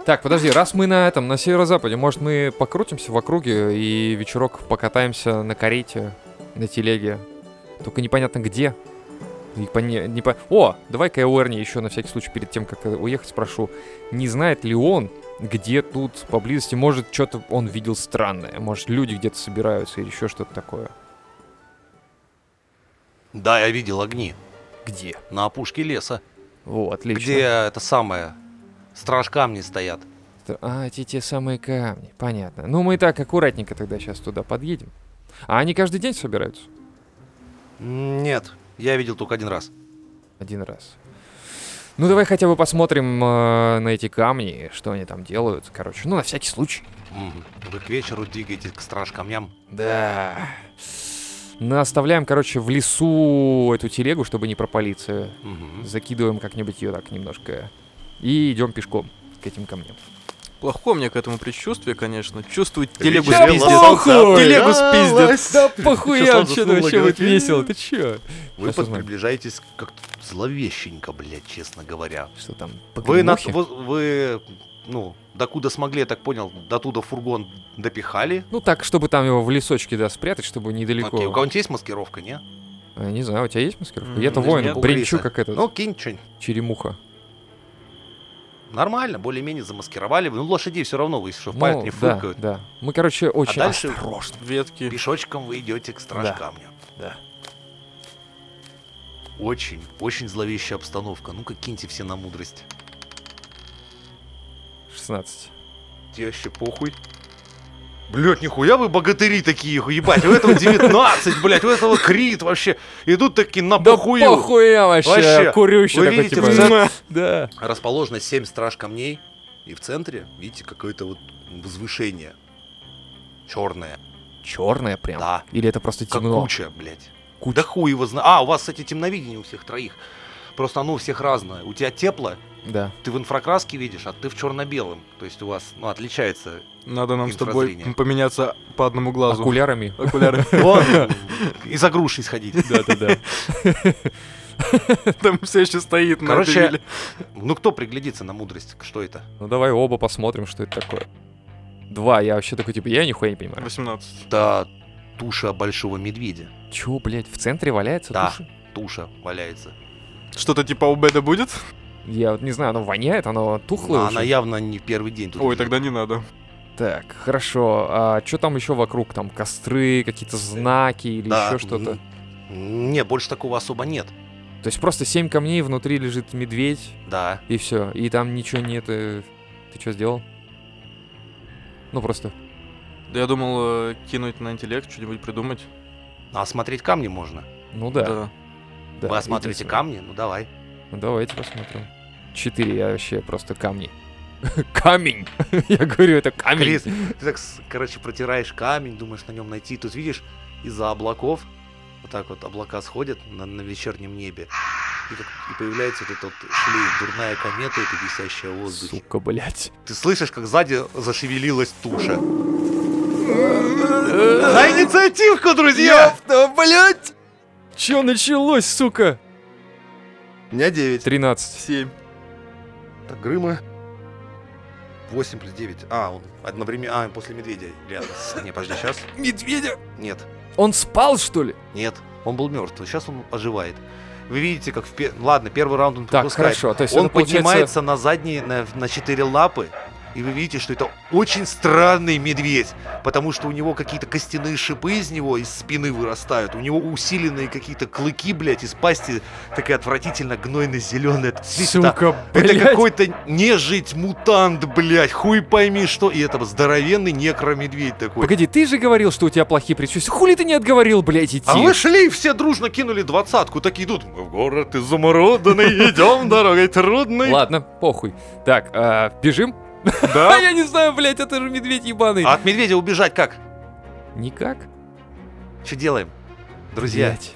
Speaker 3: Так, подожди, раз мы на этом, на северо-западе, может мы покрутимся в округе и вечерок покатаемся на карете, на телеге. Только непонятно где. И по- не, не по- О, давай-ка я у Эрни еще на всякий случай перед тем, как э, уехать, спрошу, не знает ли он, где тут поблизости, может, что-то он видел странное, может, люди где-то собираются или еще что-то такое.
Speaker 1: Да, я видел огни
Speaker 3: Где?
Speaker 1: на опушке леса,
Speaker 3: Вот, отлично.
Speaker 1: где это самое, страж камни стоят.
Speaker 3: Тр- А, эти те самые камни, понятно. Ну, мы и так аккуратненько тогда сейчас туда подъедем. А они каждый день собираются?
Speaker 1: М, Нет, я видел только один раз.
Speaker 3: Один раз. Ну, давай хотя бы посмотрим э, на эти камни, что они там делают, короче. Ну, на всякий случай.
Speaker 1: Мгм. Вы к вечеру двигаетесь к страж камням.
Speaker 3: Да. Мы оставляем, короче, в лесу эту телегу, чтобы не пропалиться.
Speaker 1: Мгм.
Speaker 3: Закидываем как-нибудь ее так немножко. И идем пешком к этим камням.
Speaker 2: Плохое мне к этому предчувствие, конечно. Чувствую телегу
Speaker 1: телегу
Speaker 3: Да
Speaker 2: спиздец.
Speaker 1: спиздец.
Speaker 3: похуй!
Speaker 2: Телегу спиздец.
Speaker 3: Да похуя,
Speaker 1: Руслан
Speaker 3: вообще
Speaker 1: заснула,
Speaker 3: вообще будет
Speaker 1: говорит, «Э-э-э».
Speaker 3: весело, ты чё?
Speaker 1: Вы
Speaker 3: Сейчас узнаем.
Speaker 1: приближаетесь как-то зловещенько, блядь, честно говоря.
Speaker 3: Что там,
Speaker 1: Вы, на,
Speaker 3: погремухи?
Speaker 1: вы, вы, ну, докуда смогли, я так понял, дотуда фургон допихали.
Speaker 3: Ну так, чтобы там его в лесочке, да, спрятать, чтобы недалеко.
Speaker 1: Окей, у кого-нибудь есть маскировка, не?
Speaker 3: А, не знаю, у тебя есть маскировка?
Speaker 2: М,
Speaker 3: Я-то
Speaker 2: нет,
Speaker 3: воин,
Speaker 1: нет.
Speaker 3: бренчу
Speaker 1: Кулиса.
Speaker 3: как этот,
Speaker 1: Ну, кинь что-нибудь.
Speaker 3: черемуха.
Speaker 1: Нормально, более-менее замаскировали. Ну, лошадей все равно, вы, если что, в
Speaker 3: Ну,
Speaker 1: пальцах не
Speaker 3: да,
Speaker 1: фыркают.
Speaker 3: да. Мы, короче, очень...
Speaker 1: а дальше
Speaker 2: Ветки.
Speaker 1: пешочком вы идете к страж
Speaker 3: Да.
Speaker 1: камню.
Speaker 3: Да.
Speaker 1: Очень, очень зловещая обстановка. Ну-ка, киньте все на мудрость.
Speaker 3: 16.
Speaker 1: Тебе вообще похуй. Блять, нихуя вы богатыри такие, ебать. У этого 19, блять, у этого крит вообще. Идут такие на
Speaker 3: Да
Speaker 1: похую.
Speaker 3: похуя вообще,
Speaker 1: А Вообще.
Speaker 3: курющий
Speaker 1: Вы
Speaker 3: такой,
Speaker 1: видите,
Speaker 3: типа,
Speaker 1: в центре-
Speaker 3: Да.
Speaker 1: Расположено 7 страж камней. И в центре, видите, какое-то вот возвышение. Черное.
Speaker 3: Черная прям.
Speaker 1: Да.
Speaker 3: Или это просто
Speaker 1: Как
Speaker 3: темно?
Speaker 1: куча, блядь. Да хуй его знает. А, у вас, кстати, темновидение у всех троих. Просто оно у всех разное. У тебя тепло,
Speaker 3: Да.
Speaker 1: ты в инфракраске видишь, а ты в черно-белом. То есть у вас, ну, отличается.
Speaker 2: Надо нам с тобой
Speaker 1: Инфразрение.
Speaker 2: поменяться по одному глазу.
Speaker 3: Окулярами.
Speaker 2: Окуляры.
Speaker 1: Вон, из-за груши сходить.
Speaker 3: Да-да-да.
Speaker 2: Там все еще стоит на
Speaker 1: Короче,
Speaker 2: этой вилле.
Speaker 1: Ну, кто приглядится на мудрость? Что это?
Speaker 3: Ну давай оба посмотрим, что это такое. Два, я вообще такой, типа, я нихуя не понимаю.
Speaker 2: 18.
Speaker 1: Это туша большого медведя.
Speaker 3: Чё, блядь, в центре валяется
Speaker 1: Да.
Speaker 3: туши?
Speaker 1: Туша валяется.
Speaker 2: Что-то типа у Беда будет?
Speaker 3: Я вот не знаю, оно воняет, оно тухлое
Speaker 1: А
Speaker 3: уже.
Speaker 1: она явно не первый день тут.
Speaker 2: Ой, тогда не надо.
Speaker 3: Так, хорошо. А что там еще вокруг? Там костры, какие-то знаки или
Speaker 1: Да,
Speaker 3: еще что-то?
Speaker 1: м, Не, больше такого особо нет.
Speaker 3: То есть просто семь камней, внутри лежит медведь,
Speaker 1: Да.
Speaker 3: и все. И там ничего нет. э, Ты что сделал? Ну просто.
Speaker 2: Да я думал э, кинуть на интеллект, что-нибудь придумать.
Speaker 1: А осмотреть камни можно.
Speaker 3: Ну да. да,
Speaker 1: Вы осмотрите
Speaker 3: единственное.
Speaker 1: камни? Ну давай.
Speaker 3: Ну, давайте посмотрим. Четыре, я вообще просто камни. Камень! Я говорю, это камень.
Speaker 1: Крис, ты так, с- короче, протираешь камень, думаешь на нем найти. Тут видишь, из-за облаков, вот так вот облака сходят на, на вечернем небе. И, как- и появляется вот этот вот шлейф, дурная комета, эта висящая в воздухе.
Speaker 3: Сука, блядь.
Speaker 1: Ты слышишь, как сзади зашевелилась туша. На инициативку, друзья!
Speaker 3: блядь! Че началось, сука?
Speaker 1: У меня 9.
Speaker 3: 13.
Speaker 2: 7.
Speaker 1: Так, Грыма. 8 плюс 9. А, он одновременно... А, после медведя. Рядом. с- Не, подожди, сейчас.
Speaker 3: Медведя!
Speaker 1: Нет.
Speaker 3: Он спал, что ли?
Speaker 1: Нет, он был мертв. Сейчас он оживает. Вы видите, как в пе- Ладно, первый раунд он
Speaker 3: Так,
Speaker 1: пропускает.
Speaker 3: хорошо. То есть
Speaker 1: Он
Speaker 3: это получается-
Speaker 1: поднимается на задние, на, на четыре лапы И вы видите, что это очень странный медведь, потому что у него какие-то костяные шипы из него, из спины вырастают, у него усиленные какие-то клыки, блядь, из пасти такая отвратительно гнойно-зеленая. Это действительно
Speaker 3: Сука,
Speaker 1: это
Speaker 3: блядь.
Speaker 1: какой-то нежить-мутант, блядь, хуй пойми что. И это здоровенный некромедведь такой.
Speaker 3: Погоди, ты же говорил, что у тебя плохие предчувствия. Хули ты не отговорил, блядь, идти?
Speaker 1: А мы шли, и все дружно кинули двадцатку, такие идут. Мы в город изумрудный, идем дорогой трудной.
Speaker 3: Ладно, похуй. Так, а, бежим? А
Speaker 2: Да?
Speaker 3: я не знаю, блядь, это же медведь ебаный.
Speaker 1: А от медведя убежать как?
Speaker 3: Никак.
Speaker 1: Что делаем? Друзья,
Speaker 3: Блядь.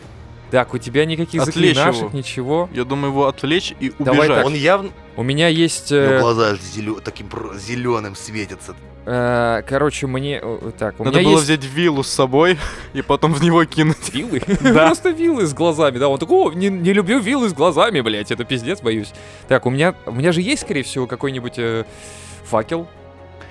Speaker 3: Так, у тебя никаких
Speaker 2: Отвлечь его.
Speaker 3: заклинашек, ничего.
Speaker 2: Я думаю, его отвлечь и
Speaker 3: Давай
Speaker 2: убежать.
Speaker 3: так.
Speaker 1: он явно...
Speaker 3: У меня есть... э,
Speaker 1: Его глаза аж зелё- таким про- зеленым светятся.
Speaker 3: э, короче, мне... э, Так, у
Speaker 2: Надо
Speaker 3: меня
Speaker 2: было
Speaker 3: есть
Speaker 2: взять виллу с собой и потом в него кинуть.
Speaker 3: виллы.
Speaker 2: Да.
Speaker 3: Просто виллы с глазами, да. Он такой, о, не, не люблю виллы с глазами, блядь, это пиздец, боюсь. Так, у меня... У меня же есть, скорее всего, какой-нибудь э, факел.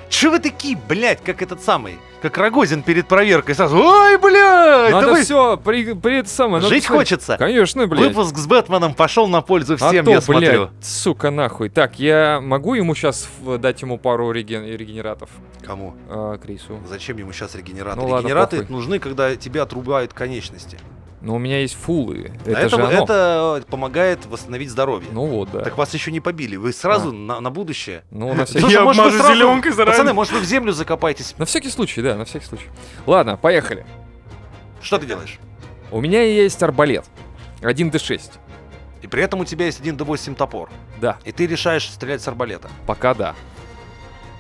Speaker 1: Че вы такие, блядь, как этот самый? Как Рогозин перед проверкой сразу. Ой, блядь! да
Speaker 3: Надо
Speaker 1: вы-
Speaker 3: все, при, при это самое... надо
Speaker 1: Жить
Speaker 3: смотреть.
Speaker 1: хочется.
Speaker 3: Конечно, блядь.
Speaker 1: Выпуск с Бэтменом пошел на пользу
Speaker 3: А
Speaker 1: всем,
Speaker 3: то,
Speaker 1: я смотрю.
Speaker 3: блядь, сука, нахуй. Так, я могу ему сейчас дать ему пару реген- регенератов?
Speaker 1: Кому?
Speaker 3: А, Крису.
Speaker 1: Зачем ему сейчас регенераты?
Speaker 3: Ну ладно,
Speaker 1: регенераты
Speaker 3: похуй.
Speaker 1: нужны, когда тебя отрубают конечности.
Speaker 3: Но Ну, у меня есть фулы.
Speaker 1: А
Speaker 3: Это, же
Speaker 1: это,
Speaker 3: оно.
Speaker 1: это помогает восстановить здоровье.
Speaker 3: Ну вот, да. А.
Speaker 1: Так вас еще не побили. Вы сразу на, на будущее.
Speaker 3: Ну, на всякий...
Speaker 1: Слушай,
Speaker 2: Я
Speaker 1: может, вы
Speaker 2: обмажу
Speaker 1: сразу-
Speaker 2: зеленкой заранее.
Speaker 1: Пацаны, может, вы в землю закопаетесь?
Speaker 3: на всякий случай, да, на всякий случай. Ладно, поехали.
Speaker 1: Что ты делаешь?
Speaker 3: У меня есть арбалет. 1d6.
Speaker 1: И при этом у тебя есть 1 до 8 топор.
Speaker 3: Да,
Speaker 1: И ты решаешь стрелять с арбалета.
Speaker 3: пока да.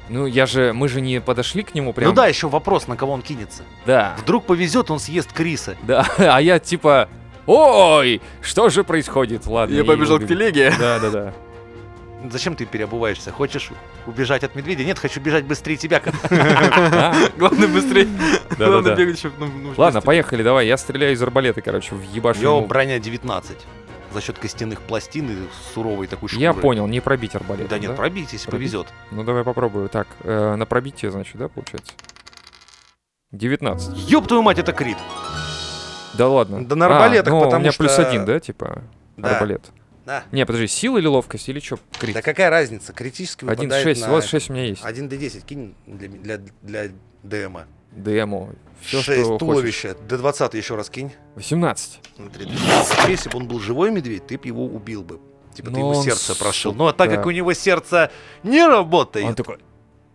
Speaker 3: Ну, я же, мы же не подошли к нему прям.
Speaker 1: Ну да, еще вопрос, на кого он кинется.
Speaker 3: Да,
Speaker 1: Вдруг повезет, он съест Криса.
Speaker 3: да. А я типа, ой, что же происходит? Ладно.
Speaker 2: Я побежал к
Speaker 3: убегу.
Speaker 2: телеге.
Speaker 3: Да, да, да.
Speaker 1: Зачем ты переобуваешься? Хочешь убежать от медведя? Нет, хочу бежать быстрее тебя.
Speaker 3: А? Да.
Speaker 2: Главное быстрее.
Speaker 3: Да-да-да.
Speaker 2: Главное бегать, чтоб, ну, ну,
Speaker 3: Ладно,
Speaker 2: быстрее.
Speaker 3: поехали, давай. Я стреляю из арбалета, короче, в
Speaker 1: У
Speaker 3: ебашу.
Speaker 1: него
Speaker 3: ему.
Speaker 1: броня 19. За счет костяных пластин и суровой такой шкуры.
Speaker 3: Я понял, не пробить арбалет.
Speaker 1: Да нет, пробить, если
Speaker 3: Пробить?
Speaker 1: повезет.
Speaker 3: Ну давай попробую. Так, э, на пробитие, значит, да, получается? 19.
Speaker 1: Ёб твою мать, это крит.
Speaker 3: Да ладно.
Speaker 1: Да на арбалетах,
Speaker 3: ну, у
Speaker 1: потому
Speaker 3: меня плюс
Speaker 1: что-
Speaker 3: один, да, типа? Арбалет.
Speaker 1: Да.
Speaker 3: Не, подожди, сила или ловкость, или что? Крит.
Speaker 1: Да какая разница? Критически выпадает
Speaker 3: 1-6,
Speaker 1: на...
Speaker 3: у вас 6 у меня есть.
Speaker 1: 1 до 10 кинь для, для, для ДМа.
Speaker 3: ДМО. Все,
Speaker 1: 6
Speaker 3: что хочешь.
Speaker 1: туловище. До 20 еще раз кинь.
Speaker 3: 18.
Speaker 1: Смотри, ты вообще, если бы он был живой медведь, ты бы его убил бы. Типа ты
Speaker 3: Но
Speaker 1: его
Speaker 3: Ну, он,
Speaker 1: сердце
Speaker 3: сука.
Speaker 1: прошил. Но так как у него сердце не работает,
Speaker 3: Он такой,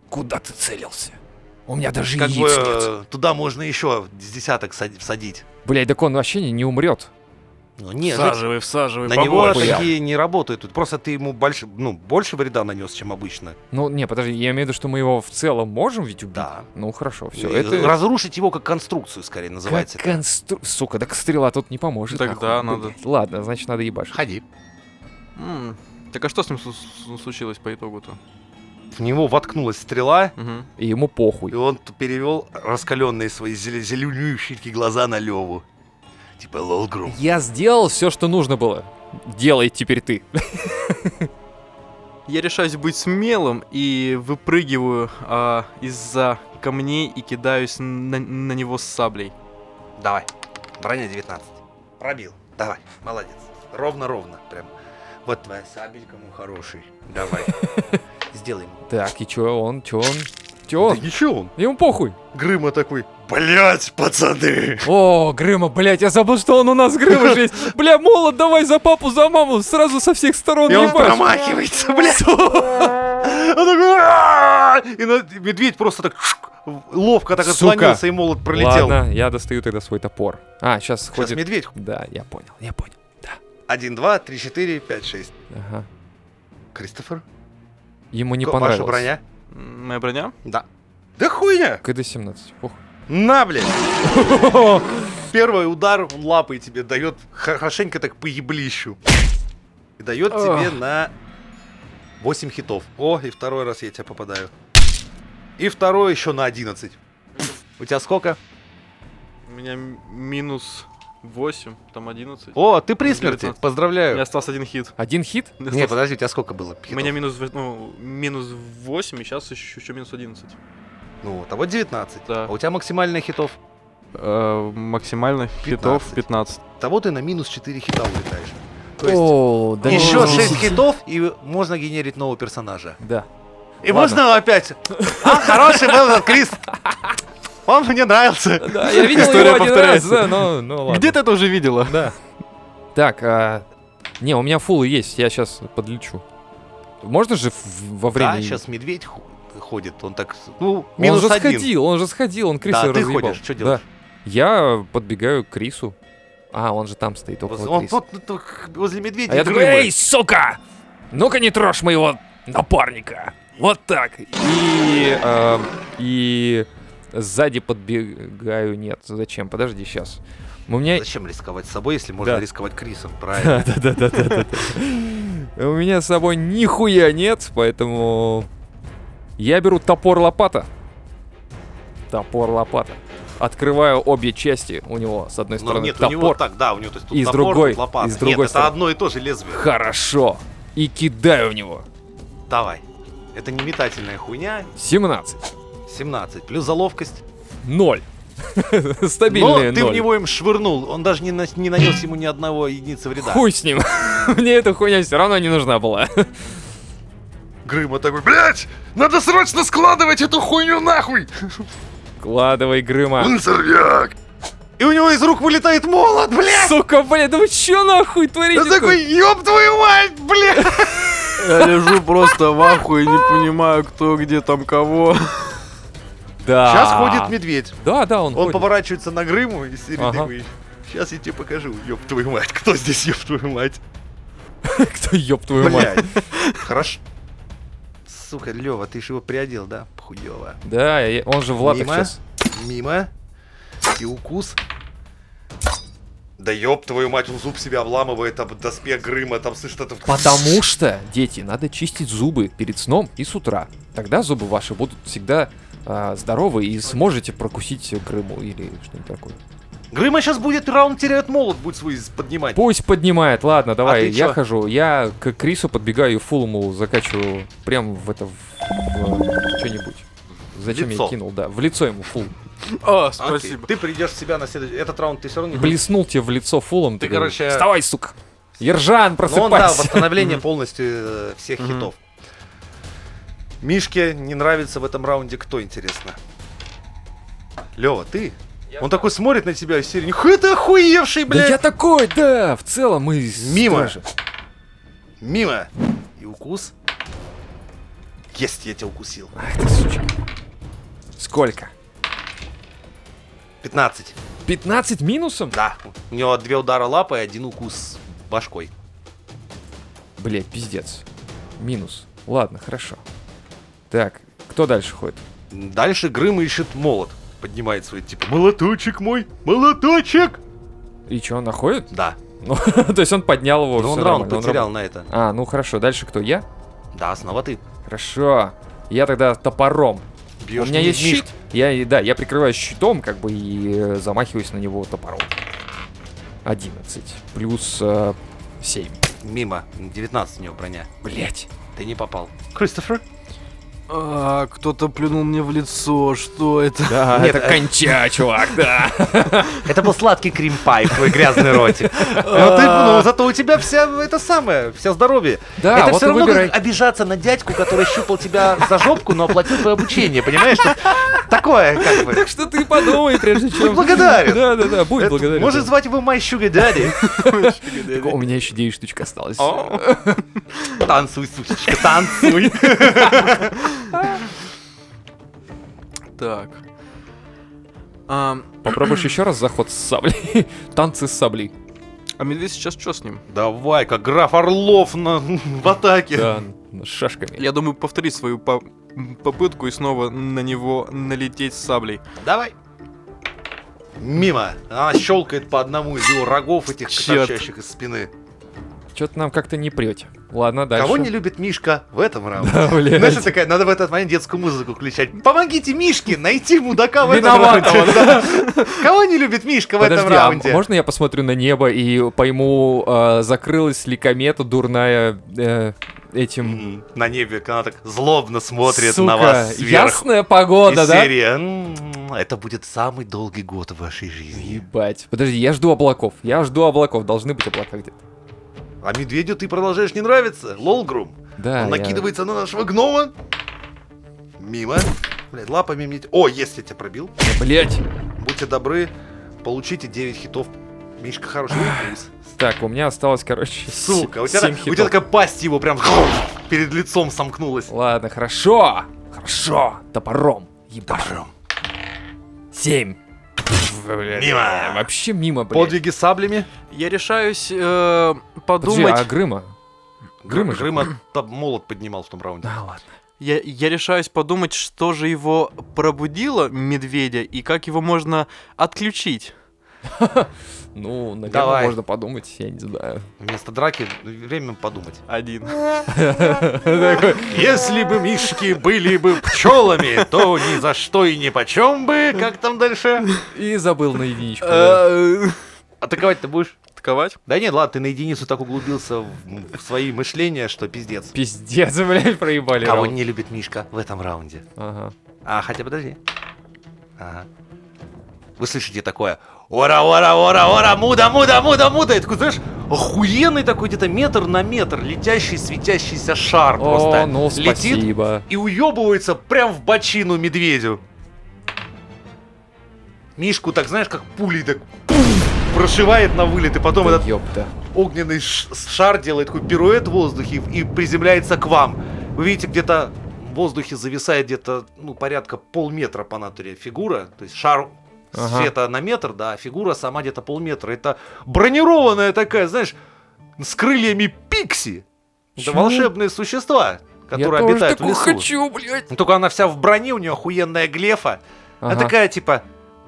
Speaker 3: куда ты целился? У меня даже
Speaker 1: как
Speaker 3: яиц
Speaker 1: бы
Speaker 3: нет.
Speaker 1: э, туда можно еще с десяток сади- всадить.
Speaker 3: Блять, так он вообще не, не умрет.
Speaker 1: Но нет,
Speaker 2: Всаживай, всаживай,
Speaker 1: на него
Speaker 2: побольше.
Speaker 3: побольше.
Speaker 1: такие не работают. Тут просто ты ему больше, ну, больше вреда нанес, чем обычно.
Speaker 3: Ну, не, подожди, я имею в виду, что мы его в целом можем ведь убить?
Speaker 1: Да.
Speaker 3: Ну, хорошо, все.
Speaker 1: И
Speaker 3: это
Speaker 1: Разрушить его как конструкцию, скорее
Speaker 3: как
Speaker 1: называется.
Speaker 3: констру... Сука, так стрела тут не поможет.
Speaker 2: Тогда
Speaker 3: нахуй.
Speaker 2: надо.
Speaker 3: Блядь, Ладно, значит, надо ебашить.
Speaker 1: Ходи.
Speaker 2: М, Так а что с ним су- су- случилось по итогу-то?
Speaker 1: В него воткнулась стрела,
Speaker 2: Мгм.
Speaker 3: И ему похуй.
Speaker 1: и он т- перевел раскаленные свои зеле- зеленющие глаза на Леву. Типа Лолгрум.
Speaker 3: Я сделал все, что нужно было. Делай теперь ты.
Speaker 2: Я решаюсь быть смелым и выпрыгиваю а, из-за камней и кидаюсь на, на него с саблей.
Speaker 1: Давай. Броня 19. Пробил. Давай. Молодец. Ровно-ровно. Прям. Вот твоя сабелька, мой хороший. Давай. Сделаем.
Speaker 3: Так, и чё он? Чё он? Чё он?
Speaker 1: ничего он.
Speaker 3: Ему похуй.
Speaker 1: Грыма такой. Блять, пацаны.
Speaker 3: О, Грыма, блядь, я забыл, что он у нас Грыма же есть. Бля, молот, давай за папу, за маму, сразу со всех сторон
Speaker 1: И он
Speaker 3: ебашь.
Speaker 1: промахивается, блядь. Он такой, «Ааа!» И на- медведь просто так шук, ловко так
Speaker 3: Сука.
Speaker 1: отклонился, и молот пролетел.
Speaker 3: Ладно, я достаю тогда свой топор. А, сейчас
Speaker 1: Сейчас
Speaker 3: ходит...
Speaker 1: медведь.
Speaker 3: Да, я понял, я понял.
Speaker 1: 1, 2, 3, 4, 5, 6.
Speaker 3: Ага.
Speaker 1: Кристофер,
Speaker 3: Ему не
Speaker 1: ко- ваша
Speaker 3: понравилось.
Speaker 1: броня?
Speaker 2: М, Моя броня?
Speaker 1: Да. Да хуйня!
Speaker 3: КД-17. Ох.
Speaker 1: На, блядь! Первый удар, он лапой тебе дает хорошенько так по еблищу. И дает
Speaker 2: Ох.
Speaker 1: тебе на 8 хитов. О, и второй раз я тебя попадаю. И второй еще на 11. У тебя сколько?
Speaker 2: У меня м- минус 8, там 11.
Speaker 1: О, ты при смерти.
Speaker 2: 19. У меня
Speaker 1: Поздравляю.
Speaker 2: остался один хит.
Speaker 3: Один хит?
Speaker 2: У меня
Speaker 1: Не,
Speaker 2: остался-
Speaker 1: подожди, у тебя сколько было?
Speaker 2: У
Speaker 1: хитов?
Speaker 2: меня минус, вось- ну, минус 8, и сейчас еще, еще минус 11.
Speaker 1: Ну вот, а вот 19.
Speaker 2: Да.
Speaker 1: А у тебя максимальный хитов.
Speaker 3: э,
Speaker 2: максимально
Speaker 1: хитов
Speaker 2: 15.
Speaker 1: Того ты на минус 4 хита улетаешь. То есть
Speaker 3: О, да ну,
Speaker 1: еще
Speaker 3: не- ну,
Speaker 1: 6 хитов, и можно генерить нового персонажа.
Speaker 3: Да.
Speaker 1: И
Speaker 3: Ладно.
Speaker 1: можно опять? А, хороший был этот Крис. Он мне нравился.
Speaker 3: Да, я видел
Speaker 2: История
Speaker 3: его один раз,
Speaker 2: повторяется.
Speaker 3: да, но, ну ладно.
Speaker 2: Где ты это уже видела?
Speaker 3: Да. Так, а, не, у меня фулы есть, я сейчас подлечу. Можно же в- во время...
Speaker 1: Да,
Speaker 3: игры?
Speaker 1: сейчас медведь ху- ходит, он так, ну,
Speaker 3: Он
Speaker 1: минус
Speaker 3: же
Speaker 1: один.
Speaker 3: сходил, он же сходил, он Криса
Speaker 1: Да, ты
Speaker 3: разъебал.
Speaker 1: ходишь, что
Speaker 3: Да.
Speaker 1: делаешь?
Speaker 3: Я подбегаю к Крису. А, он же там стоит, около
Speaker 1: Он
Speaker 3: Криса.
Speaker 1: вот ну, так возле медведя.
Speaker 3: А я
Speaker 1: и
Speaker 3: такой,
Speaker 1: прыгает.
Speaker 3: эй, сука! Ну-ка не трожь моего напарника! Вот так! И... э, и... Сзади подбегаю... Нет, зачем? Подожди, сейчас. У меня...
Speaker 1: Зачем рисковать собой, если можно
Speaker 3: Да.
Speaker 1: рисковать Крисом, правильно?
Speaker 3: У меня с собой нихуя нет, поэтому... Я беру топор-лопата. Топор-лопата. Открываю обе части у него. С одной
Speaker 1: Но
Speaker 3: стороны
Speaker 1: нет, у
Speaker 3: топор.
Speaker 1: него так, да, у него то есть тут
Speaker 3: И с
Speaker 1: топор, тут
Speaker 3: другой-
Speaker 1: лопата.
Speaker 3: и с другой
Speaker 1: Нет, это
Speaker 3: стороны.
Speaker 1: одно и то же лезвие.
Speaker 3: Хорошо. И кидаю в него.
Speaker 1: Давай. Это не метательная хуйня.
Speaker 3: 17.
Speaker 1: 17. Плюс за ловкость.
Speaker 3: Ноль.
Speaker 1: Но
Speaker 3: Стабильные
Speaker 1: ты в
Speaker 3: ноль.
Speaker 1: него им швырнул. Он даже не, нас- не нанес ему ни одного единицы вреда.
Speaker 3: Хуй с ним. Мне эта хуйня все равно не нужна была.
Speaker 1: Грыма такой, блядь, надо срочно складывать эту хуйню нахуй!
Speaker 3: Кладывай, Грыма.
Speaker 1: Мусорьяк! И у него из рук вылетает молот, блядь!
Speaker 3: Сука, блядь, да вы чё нахуй творите?
Speaker 1: Он такой, ёб твою мать, блядь!
Speaker 2: Я лежу просто в ахуе, не понимаю, кто где там кого.
Speaker 3: Да.
Speaker 1: Сейчас ходит медведь.
Speaker 3: Да, да,
Speaker 1: Он
Speaker 3: он, А. ходит.
Speaker 1: поворачивается на Грыму и сидит
Speaker 3: Ага.
Speaker 1: такой, сейчас я тебе покажу, ёб твою мать, кто здесь, ёб твою мать?
Speaker 3: Кто, ёб твою мать.
Speaker 1: Блядь. Хорошо. Сука, Лева, ты же его приодел, да? Хуёво.
Speaker 3: Да, я- он же в латах
Speaker 1: Мимо.
Speaker 3: сейчас.
Speaker 1: Мимо. И укус. Да ёб твою мать, он зуб себя обламывает об доспех Грыма, там слышит это...
Speaker 3: Потому что, дети, надо чистить зубы перед сном и с утра. Тогда зубы ваши будут всегда а, здоровы и сможете прокусить крыму или что-нибудь такое.
Speaker 1: Грыма сейчас будет раунд теряет молот, будет свой поднимать.
Speaker 3: Пусть поднимает, ладно, давай,
Speaker 1: А ты
Speaker 3: я
Speaker 1: чё?
Speaker 3: хожу. Я к Крису подбегаю и фулму закачиваю прям в это, в, что-нибудь. Зачем
Speaker 1: лицо.
Speaker 3: я кинул, да, в лицо ему фул.
Speaker 2: О,
Speaker 1: Окей,
Speaker 2: спасибо.
Speaker 1: Ты придешь в себя на следующий... Этот раунд ты все равно не...
Speaker 3: Блеснул тебе в лицо фулом.
Speaker 1: Ты,
Speaker 3: такой,
Speaker 1: короче,
Speaker 3: Вставай, сука. Ержан,
Speaker 1: Но Ну, он, да,
Speaker 3: просыпайся.
Speaker 1: восстановление полностью э, всех
Speaker 2: Мгм.
Speaker 1: хитов. Мишке не нравится в этом раунде кто, интересно? Лева, ты? Он такой смотрит на тебя из серии. Хуй ты охуевший,
Speaker 3: Да
Speaker 1: блядь!
Speaker 3: я такой, да, в целом мы... с-
Speaker 1: Мимо.
Speaker 3: тоже.
Speaker 1: Мимо! И укус. Есть, я тебя укусил.
Speaker 3: Ах ты, сучка. Сколько?
Speaker 1: 15.
Speaker 3: 15 минусом?
Speaker 1: Да. У него две удара лапой, один укус башкой.
Speaker 3: Бля, пиздец. Минус. Ладно, хорошо. Так, кто дальше ходит?
Speaker 1: Дальше Грым ищет молот. Поднимает свой типа «Молоточек мой! Молоточек!»
Speaker 3: И что, он находит?
Speaker 1: Да.
Speaker 3: Ну, то есть он поднял его.
Speaker 1: Но он
Speaker 3: всё
Speaker 1: раунд
Speaker 3: нормально, он
Speaker 1: потерял на это.
Speaker 3: раунд. А, ну хорошо, дальше кто? Я?
Speaker 1: Да, снова ты.
Speaker 3: Хорошо. Я тогда топором.
Speaker 1: Бьешь
Speaker 3: У меня есть щит. Я, и- да, я прикрываю щитом, как бы, и э, замахиваюсь на него топором. 11. Плюс э, 7.
Speaker 1: Мимо. 19 у него броня.
Speaker 3: Блять.
Speaker 1: Ты не попал. Кристофер?
Speaker 2: А, кто-то плюнул мне в лицо, что это?
Speaker 3: Да,
Speaker 1: Нет,
Speaker 3: это
Speaker 1: э,
Speaker 3: конча, чувак, да.
Speaker 1: Это был сладкий крем-пай, твой грязный ротик. Но Ну ты- но зато у тебя вся это самое, вся здоровье.
Speaker 3: Да,
Speaker 1: это
Speaker 3: вот
Speaker 1: все
Speaker 3: и
Speaker 1: равно
Speaker 3: выбирай.
Speaker 1: как обижаться на дядьку, который щупал тебя за жопку, но оплатил твое обучение, понимаешь? Тут Такое, как бы.
Speaker 3: Так что ты подумай, прежде чем...
Speaker 1: благодарен.
Speaker 3: Да, да, да, будь
Speaker 1: Это-
Speaker 3: благодарен.
Speaker 1: Можешь звать его My Sugar Daddy.
Speaker 3: Так, У меня еще 9 штучек осталось.
Speaker 1: Танцуй, сучечка, танцуй.
Speaker 2: Так. А,
Speaker 3: Попробуешь еще раз заход с саблей. Танцы с саблей.
Speaker 2: а медведь сейчас что с ним?
Speaker 1: Давай, как граф Орлов на, в атаке.
Speaker 3: Да, с шашками.
Speaker 2: Я думаю повторить свою по- попытку и снова на него налететь с саблей.
Speaker 1: Давай. Мимо. Она щелкает по одному из его рогов, этих
Speaker 2: Чёрт.
Speaker 1: торчащих из спины.
Speaker 3: Что-то нам как-то не прете. Ладно, дальше.
Speaker 1: Кого не любит Мишка в этом раунде?
Speaker 3: Да, блядь.
Speaker 1: Знаешь, такая, надо в этот момент детскую музыку включать. Помогите Мишке найти мудака в этом
Speaker 3: Виноватого,
Speaker 1: раунде. Да. Кого не любит Мишка в этом
Speaker 3: Подожди, а
Speaker 1: раунде?
Speaker 3: можно я посмотрю на небо и пойму, а, закрылась ли комета дурная э, этим...
Speaker 1: М, На небе она так злобно смотрит
Speaker 3: Сука,
Speaker 1: на вас сверху.
Speaker 3: ясная
Speaker 1: И
Speaker 3: погода, да?
Speaker 1: серия, «М, Это будет самый долгий год в вашей жизни.
Speaker 3: Ебать. Подожди, я жду облаков. Я жду облаков. Должны быть облака где-то.
Speaker 1: А медведю ты продолжаешь не нравиться? Лолгрум.
Speaker 3: Да,
Speaker 1: Он
Speaker 3: я-
Speaker 1: накидывается на нашего гнома. Мимо. Блядь, лапами мне... О, есть, я тебя пробил.
Speaker 3: Блять.
Speaker 1: Будьте добры, получите 9 хитов. Мишка хороший. плюс.
Speaker 3: Так, у меня осталось, короче,
Speaker 1: Сука, у тебя,
Speaker 3: семь
Speaker 1: так- у
Speaker 3: хитов.
Speaker 1: тебя такая пасть его прям перед лицом сомкнулась.
Speaker 3: Ладно, хорошо. Хорошо. Топором. Ебашу. Семь. Блядь.
Speaker 1: Мимо.
Speaker 3: Вообще мимо, блядь.
Speaker 1: Подвиги саблями.
Speaker 2: Я решаюсь э,
Speaker 3: Подожди,
Speaker 2: подумать.
Speaker 3: а Грыма? Грыма
Speaker 1: Грыма,
Speaker 3: же.
Speaker 1: там молот поднимал в том раунде.
Speaker 3: Да ладно.
Speaker 2: Я, я решаюсь подумать, что же его пробудило, медведя, и как его можно отключить.
Speaker 3: Ну, наверное,
Speaker 1: Давай.
Speaker 3: можно подумать, я не знаю.
Speaker 1: Вместо драки время подумать.
Speaker 2: Один.
Speaker 3: Такой,
Speaker 1: Если бы мишки были бы пчелами, то ни за что и ни по чем бы. Как там дальше?
Speaker 3: И забыл на
Speaker 1: Э,
Speaker 3: единичку. да.
Speaker 2: Атаковать?
Speaker 1: Атаковать ты будешь? Да нет, ладно, ты на единицу так углубился в, в свои мышления, что пиздец.
Speaker 3: Пиздец, блядь, проебали.
Speaker 1: Кого
Speaker 3: раунд.
Speaker 1: не любит Мишка в этом раунде?
Speaker 3: Ага.
Speaker 1: А, хотя подожди. Ага. Вы слышите такое? Ора, ора, ора, ора, муда, муда, муда, муда. И такой, знаешь, охуенный такой где-то метр на метр летящий светящийся шар просто.
Speaker 3: О, ну
Speaker 1: Летит
Speaker 3: спасибо.
Speaker 1: и уебывается прям в бочину медведю. Мишку так, знаешь, как пулей так пуф, прошивает на вылет, и потом
Speaker 3: Да
Speaker 1: этот
Speaker 3: ёпта.
Speaker 1: огненный ш- шар делает такой пируэт в воздухе и приземляется к вам. Вы видите, где-то в воздухе зависает где-то, ну, порядка полметра по натуре фигура, то есть шар
Speaker 3: Ага.
Speaker 1: света на метр, да, а фигура сама где-то полметра. Это бронированная такая, знаешь, с крыльями пикси. Это
Speaker 3: Чё?
Speaker 1: волшебные существа, которые
Speaker 3: Я тоже
Speaker 1: обитают в
Speaker 3: такую
Speaker 1: лесу.
Speaker 3: хочу, блядь.
Speaker 1: Ну, Только она вся в броне, у нее охуенная глефа. Она
Speaker 3: Ага.
Speaker 1: такая, типа,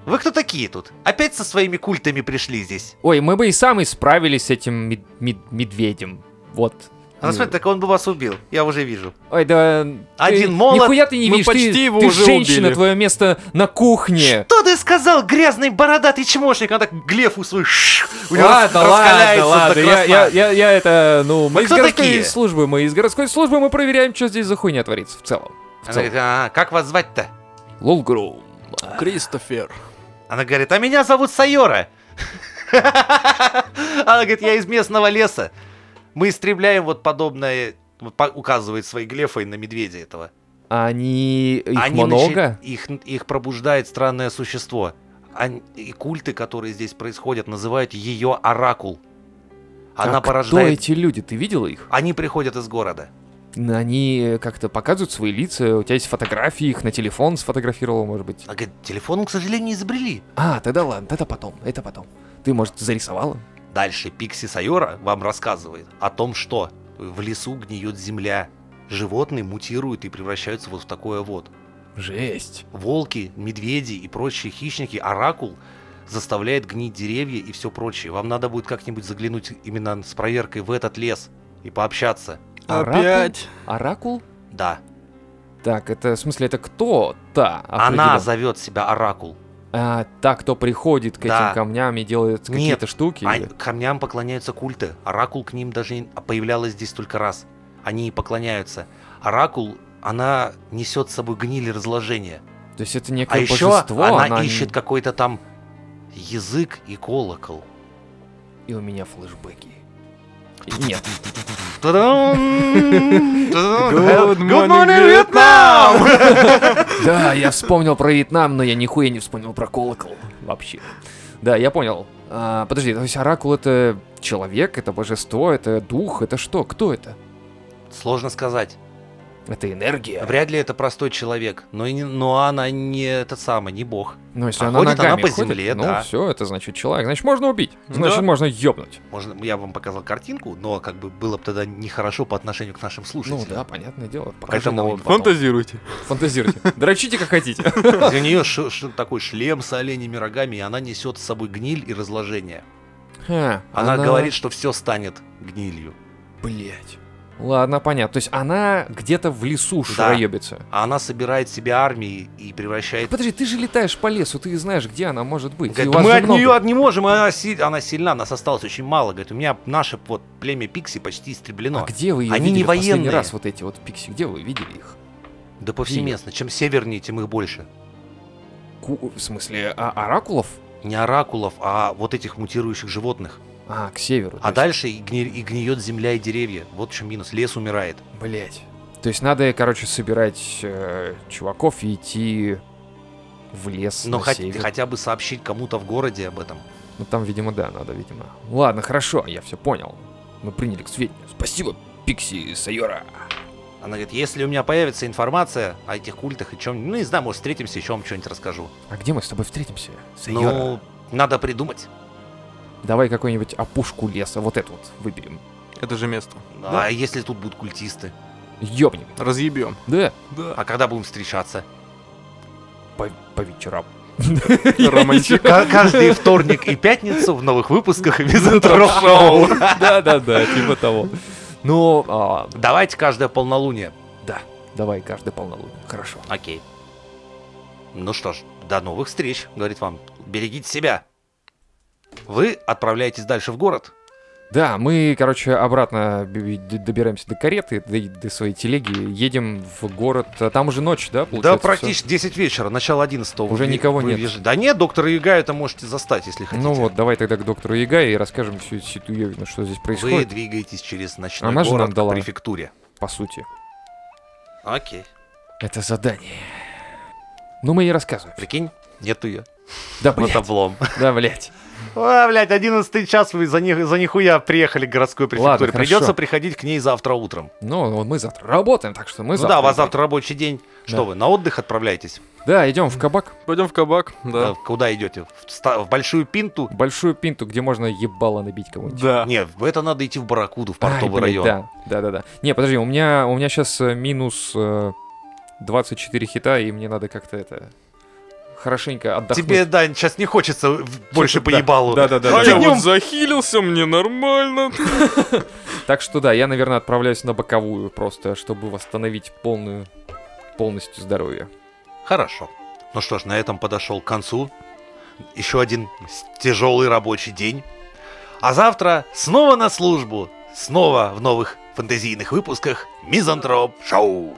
Speaker 1: вы кто такие тут? Опять со своими культами пришли здесь?
Speaker 3: Ой, мы бы и сами справились с этим мед- мед- медведем. Вот.
Speaker 1: Она
Speaker 3: М.
Speaker 1: смотрит, так он бы вас убил, я уже вижу.
Speaker 3: Ой, да... ты-
Speaker 1: Один молот,
Speaker 3: Нихуя ты не
Speaker 2: мы
Speaker 3: видишь,
Speaker 2: почти
Speaker 3: ты,
Speaker 2: его
Speaker 3: ты
Speaker 2: уже
Speaker 3: женщина,
Speaker 2: убили.
Speaker 3: твое место на кухне.
Speaker 1: Что ты сказал, грязный бородатый чмошник? Она так глефу свою шш, у неё
Speaker 3: ладно,
Speaker 1: раскаляется
Speaker 3: ладно,
Speaker 1: до
Speaker 3: ладно, я,
Speaker 1: красна.
Speaker 3: я, я, я это, ну, мы из
Speaker 1: кто
Speaker 3: городской
Speaker 1: такие?
Speaker 3: службы, мы из городской службы, мы проверяем, что здесь за хуйня творится в целом. В
Speaker 1: Она
Speaker 3: целом.
Speaker 1: говорит, а, как вас звать-то?
Speaker 3: Лолгрум.
Speaker 2: Кристофер.
Speaker 1: Она говорит, а меня зовут Сайора. Она говорит, я из местного леса. Мы истребляем вот подобное, вот по- указывает своей глефой на медведя этого.
Speaker 3: Они, их
Speaker 1: Они
Speaker 3: много?
Speaker 1: начи- Их, их пробуждает странное существо. Ань- и культы, которые здесь происходят, называют ее Оракул. Она
Speaker 3: А
Speaker 1: порождает...
Speaker 3: кто эти люди, ты видел их?
Speaker 1: Они приходят из города.
Speaker 3: Они э, как-то показывают свои лица, у тебя есть фотографии, их на телефон сфотографировал, может быть.
Speaker 1: А говорит, телефон, к сожалению, изобрели.
Speaker 3: А, тогда ладно, это потом, это потом. Ты, может, зарисовала?
Speaker 1: Дальше Пикси Сайора вам рассказывает о том, что в лесу гниет земля. Животные мутируют и превращаются вот в такое вот.
Speaker 3: Жесть.
Speaker 1: Волки, медведи и прочие хищники, оракул заставляет гнить деревья и все прочее. Вам надо будет как-нибудь заглянуть именно с проверкой в этот лес и пообщаться.
Speaker 3: Оракул?
Speaker 2: Опять.
Speaker 3: Оракул?
Speaker 1: Да,
Speaker 3: Так, это, в смысле, это кто та?
Speaker 1: она
Speaker 3: определенно?
Speaker 1: зовет себя оракул.
Speaker 3: А, та, кто приходит к
Speaker 1: Да.
Speaker 3: этим камням и делает какие-то штуки?
Speaker 1: А
Speaker 3: или-
Speaker 1: камням поклоняются культы. Оракул к ним даже не- появлялась здесь только раз. Они и поклоняются. Оракул, она несет с собой гниль и разложение.
Speaker 3: То есть это некое
Speaker 1: А еще
Speaker 3: божество,
Speaker 1: она,
Speaker 3: не-
Speaker 1: ищет какой-то там язык и колокол.
Speaker 3: И у меня флешбеки. Нет.
Speaker 1: Та-дам! Та-дам!
Speaker 2: Good morning,
Speaker 3: Да, я вспомнил про Вьетнам, но я нихуя не вспомнил про колокол. Вообще. Да, я понял. А, подожди, то есть оракул это человек, это божество, это дух, это что? Кто это?
Speaker 1: Сложно сказать.
Speaker 3: Это энергия.
Speaker 1: Вряд ли это простой человек, но, и не- но она не это самое, не бог.
Speaker 3: Ну, если
Speaker 1: А
Speaker 3: она
Speaker 1: ходит она
Speaker 3: ногами
Speaker 1: по
Speaker 3: ходит,
Speaker 1: земле,
Speaker 3: ну,
Speaker 1: да.
Speaker 3: все, это значит человек. Значит, можно убить.
Speaker 2: Да.
Speaker 3: Значит, можно ёбнуть.
Speaker 1: Можно, я вам показал картинку, но как бы было бы тогда нехорошо по отношению к нашим слушателям.
Speaker 3: Ну да, понятное дело. Покажи
Speaker 1: Поэтому
Speaker 3: нам его потом.
Speaker 2: Фантазируйте.
Speaker 3: Фантазируйте. Дрочите как хотите.
Speaker 1: У нее ш- ш- такой шлем с оленями рогами, и она несет с собой гниль и разложение.
Speaker 3: Ха,
Speaker 1: Она, говорит, что все станет гнилью.
Speaker 3: Блять. Ладно, понятно. То есть она где-то в лесу шароебится.
Speaker 1: А она собирает себе армии и превращает...
Speaker 3: Подожди, ты же летаешь по лесу, ты знаешь, где она может быть.
Speaker 1: Говорит,
Speaker 3: И у вас
Speaker 1: мы
Speaker 3: же
Speaker 1: от
Speaker 3: много.
Speaker 1: нее не можем, она, си- она сильна, нас осталось очень мало. Говорит, у меня наше вот племя Пикси почти истреблено.
Speaker 3: А где вы ее
Speaker 1: Они не
Speaker 3: видели в последний
Speaker 1: военные.
Speaker 3: раз, вот эти вот пикси? Где вы видели их?
Speaker 1: Да повсеместно. Чем севернее, тем их больше.
Speaker 3: Ку- в смысле, а- оракулов?
Speaker 1: Не оракулов, а вот этих мутирующих животных.
Speaker 3: А, к северу.
Speaker 1: А дальше и, гни- и гниет земля и деревья. Вот в чем минус. Лес умирает.
Speaker 3: Блять. То есть надо, короче, собирать э, чуваков и идти в лес
Speaker 1: Но
Speaker 3: на
Speaker 1: хот-
Speaker 3: север.
Speaker 1: хотя бы сообщить кому-то в городе об этом.
Speaker 3: Ну там, видимо, да, надо, видимо. Ладно, хорошо, я все понял. Мы приняли к сведению. Спасибо, Пикси Сайора.
Speaker 1: Она говорит, если у меня появится информация о этих культах и чем... Ну, не знаю, может, встретимся, еще вам что-нибудь расскажу.
Speaker 3: А где мы с тобой встретимся, Сайора?
Speaker 1: Ну, надо придумать.
Speaker 3: Давай какую-нибудь опушку леса, вот эту вот выберем.
Speaker 2: Это же место.
Speaker 1: А если тут будут культисты?
Speaker 3: Ёбнем.
Speaker 2: Разъебем.
Speaker 3: Да,
Speaker 2: Да.
Speaker 1: А когда будем встречаться?
Speaker 3: по, по вечерам.
Speaker 2: Романтик.
Speaker 1: К- Каждый вторник и пятницу в новых выпусках Мизантроп Шоу.
Speaker 3: Да-да-да, типа того. Ну, а,
Speaker 1: Давайте каждое полнолуние.
Speaker 3: давай каждый полнолуние. Хорошо.
Speaker 1: Окей. Ну что ж, до новых встреч, говорит вам. Берегите себя. Вы отправляетесь дальше в город.
Speaker 3: Да, мы, короче, обратно б- д- добираемся до кареты, до, до своей телеги, едем в город. А Там уже ночь, да, получается?
Speaker 1: да, практически 10 вечера, начало 11
Speaker 3: Уже никого нет.
Speaker 1: Да нет, доктора Юга это можете застать, если
Speaker 3: всё?
Speaker 1: хотите.
Speaker 3: Ну вот, давай тогда к доктору Яга и расскажем всю эту ситуевину, что здесь
Speaker 1: Вы
Speaker 3: происходит,
Speaker 1: двигаетесь через ночной
Speaker 3: Она же нам
Speaker 1: город к
Speaker 3: дала.
Speaker 1: префектуре.
Speaker 3: по сути.
Speaker 1: Окей.
Speaker 3: Это задание. Ну, мы ей рассказываем.
Speaker 1: Прикинь, нету ее.
Speaker 3: Да,
Speaker 1: Вот
Speaker 3: блядь,
Speaker 1: облом.
Speaker 3: да, блядь.
Speaker 1: А, блядь, 11 час вы за, них, за нихуя приехали к городской префектуре.
Speaker 3: Ладно, хорошо.
Speaker 1: Придется приходить к ней завтра утром.
Speaker 3: Ну, вот мы завтра работаем, так что мы
Speaker 1: ну
Speaker 3: завтра.
Speaker 1: да, у вас
Speaker 3: идём.
Speaker 1: завтра рабочий день.
Speaker 3: Да.
Speaker 1: Что вы, на отдых отправляетесь?
Speaker 3: Да, идем в кабак.
Speaker 2: Пойдем в кабак. Да.
Speaker 1: Э, Куда идете? В, ста- в большую пинту?
Speaker 3: Большую пинту, где можно ебало набить кого-нибудь.
Speaker 2: Да.
Speaker 1: Нет, в это надо идти в Баракуду, в портовый
Speaker 3: Ай, блин,
Speaker 1: район.
Speaker 3: А, Да, да, да, да. Не, подожди, у меня, у меня сейчас минус э, 24 хита, и мне надо как-то это хорошенько отдохнуть.
Speaker 1: Тебе, да, сейчас не хочется в- больше
Speaker 3: да.
Speaker 1: поебалу.
Speaker 3: Да, да, да.
Speaker 2: А
Speaker 3: да.
Speaker 2: я
Speaker 1: Днём-
Speaker 2: вот захилился, мне нормально.
Speaker 3: Так что да, я, наверное, отправляюсь на боковую просто, чтобы восстановить полную полностью здоровье.
Speaker 1: Хорошо. Ну что ж, на этом подошел к концу. Еще один тяжелый рабочий день. А завтра снова на службу. Снова в новых фэнтезийных выпусках Мизантроп Шоу.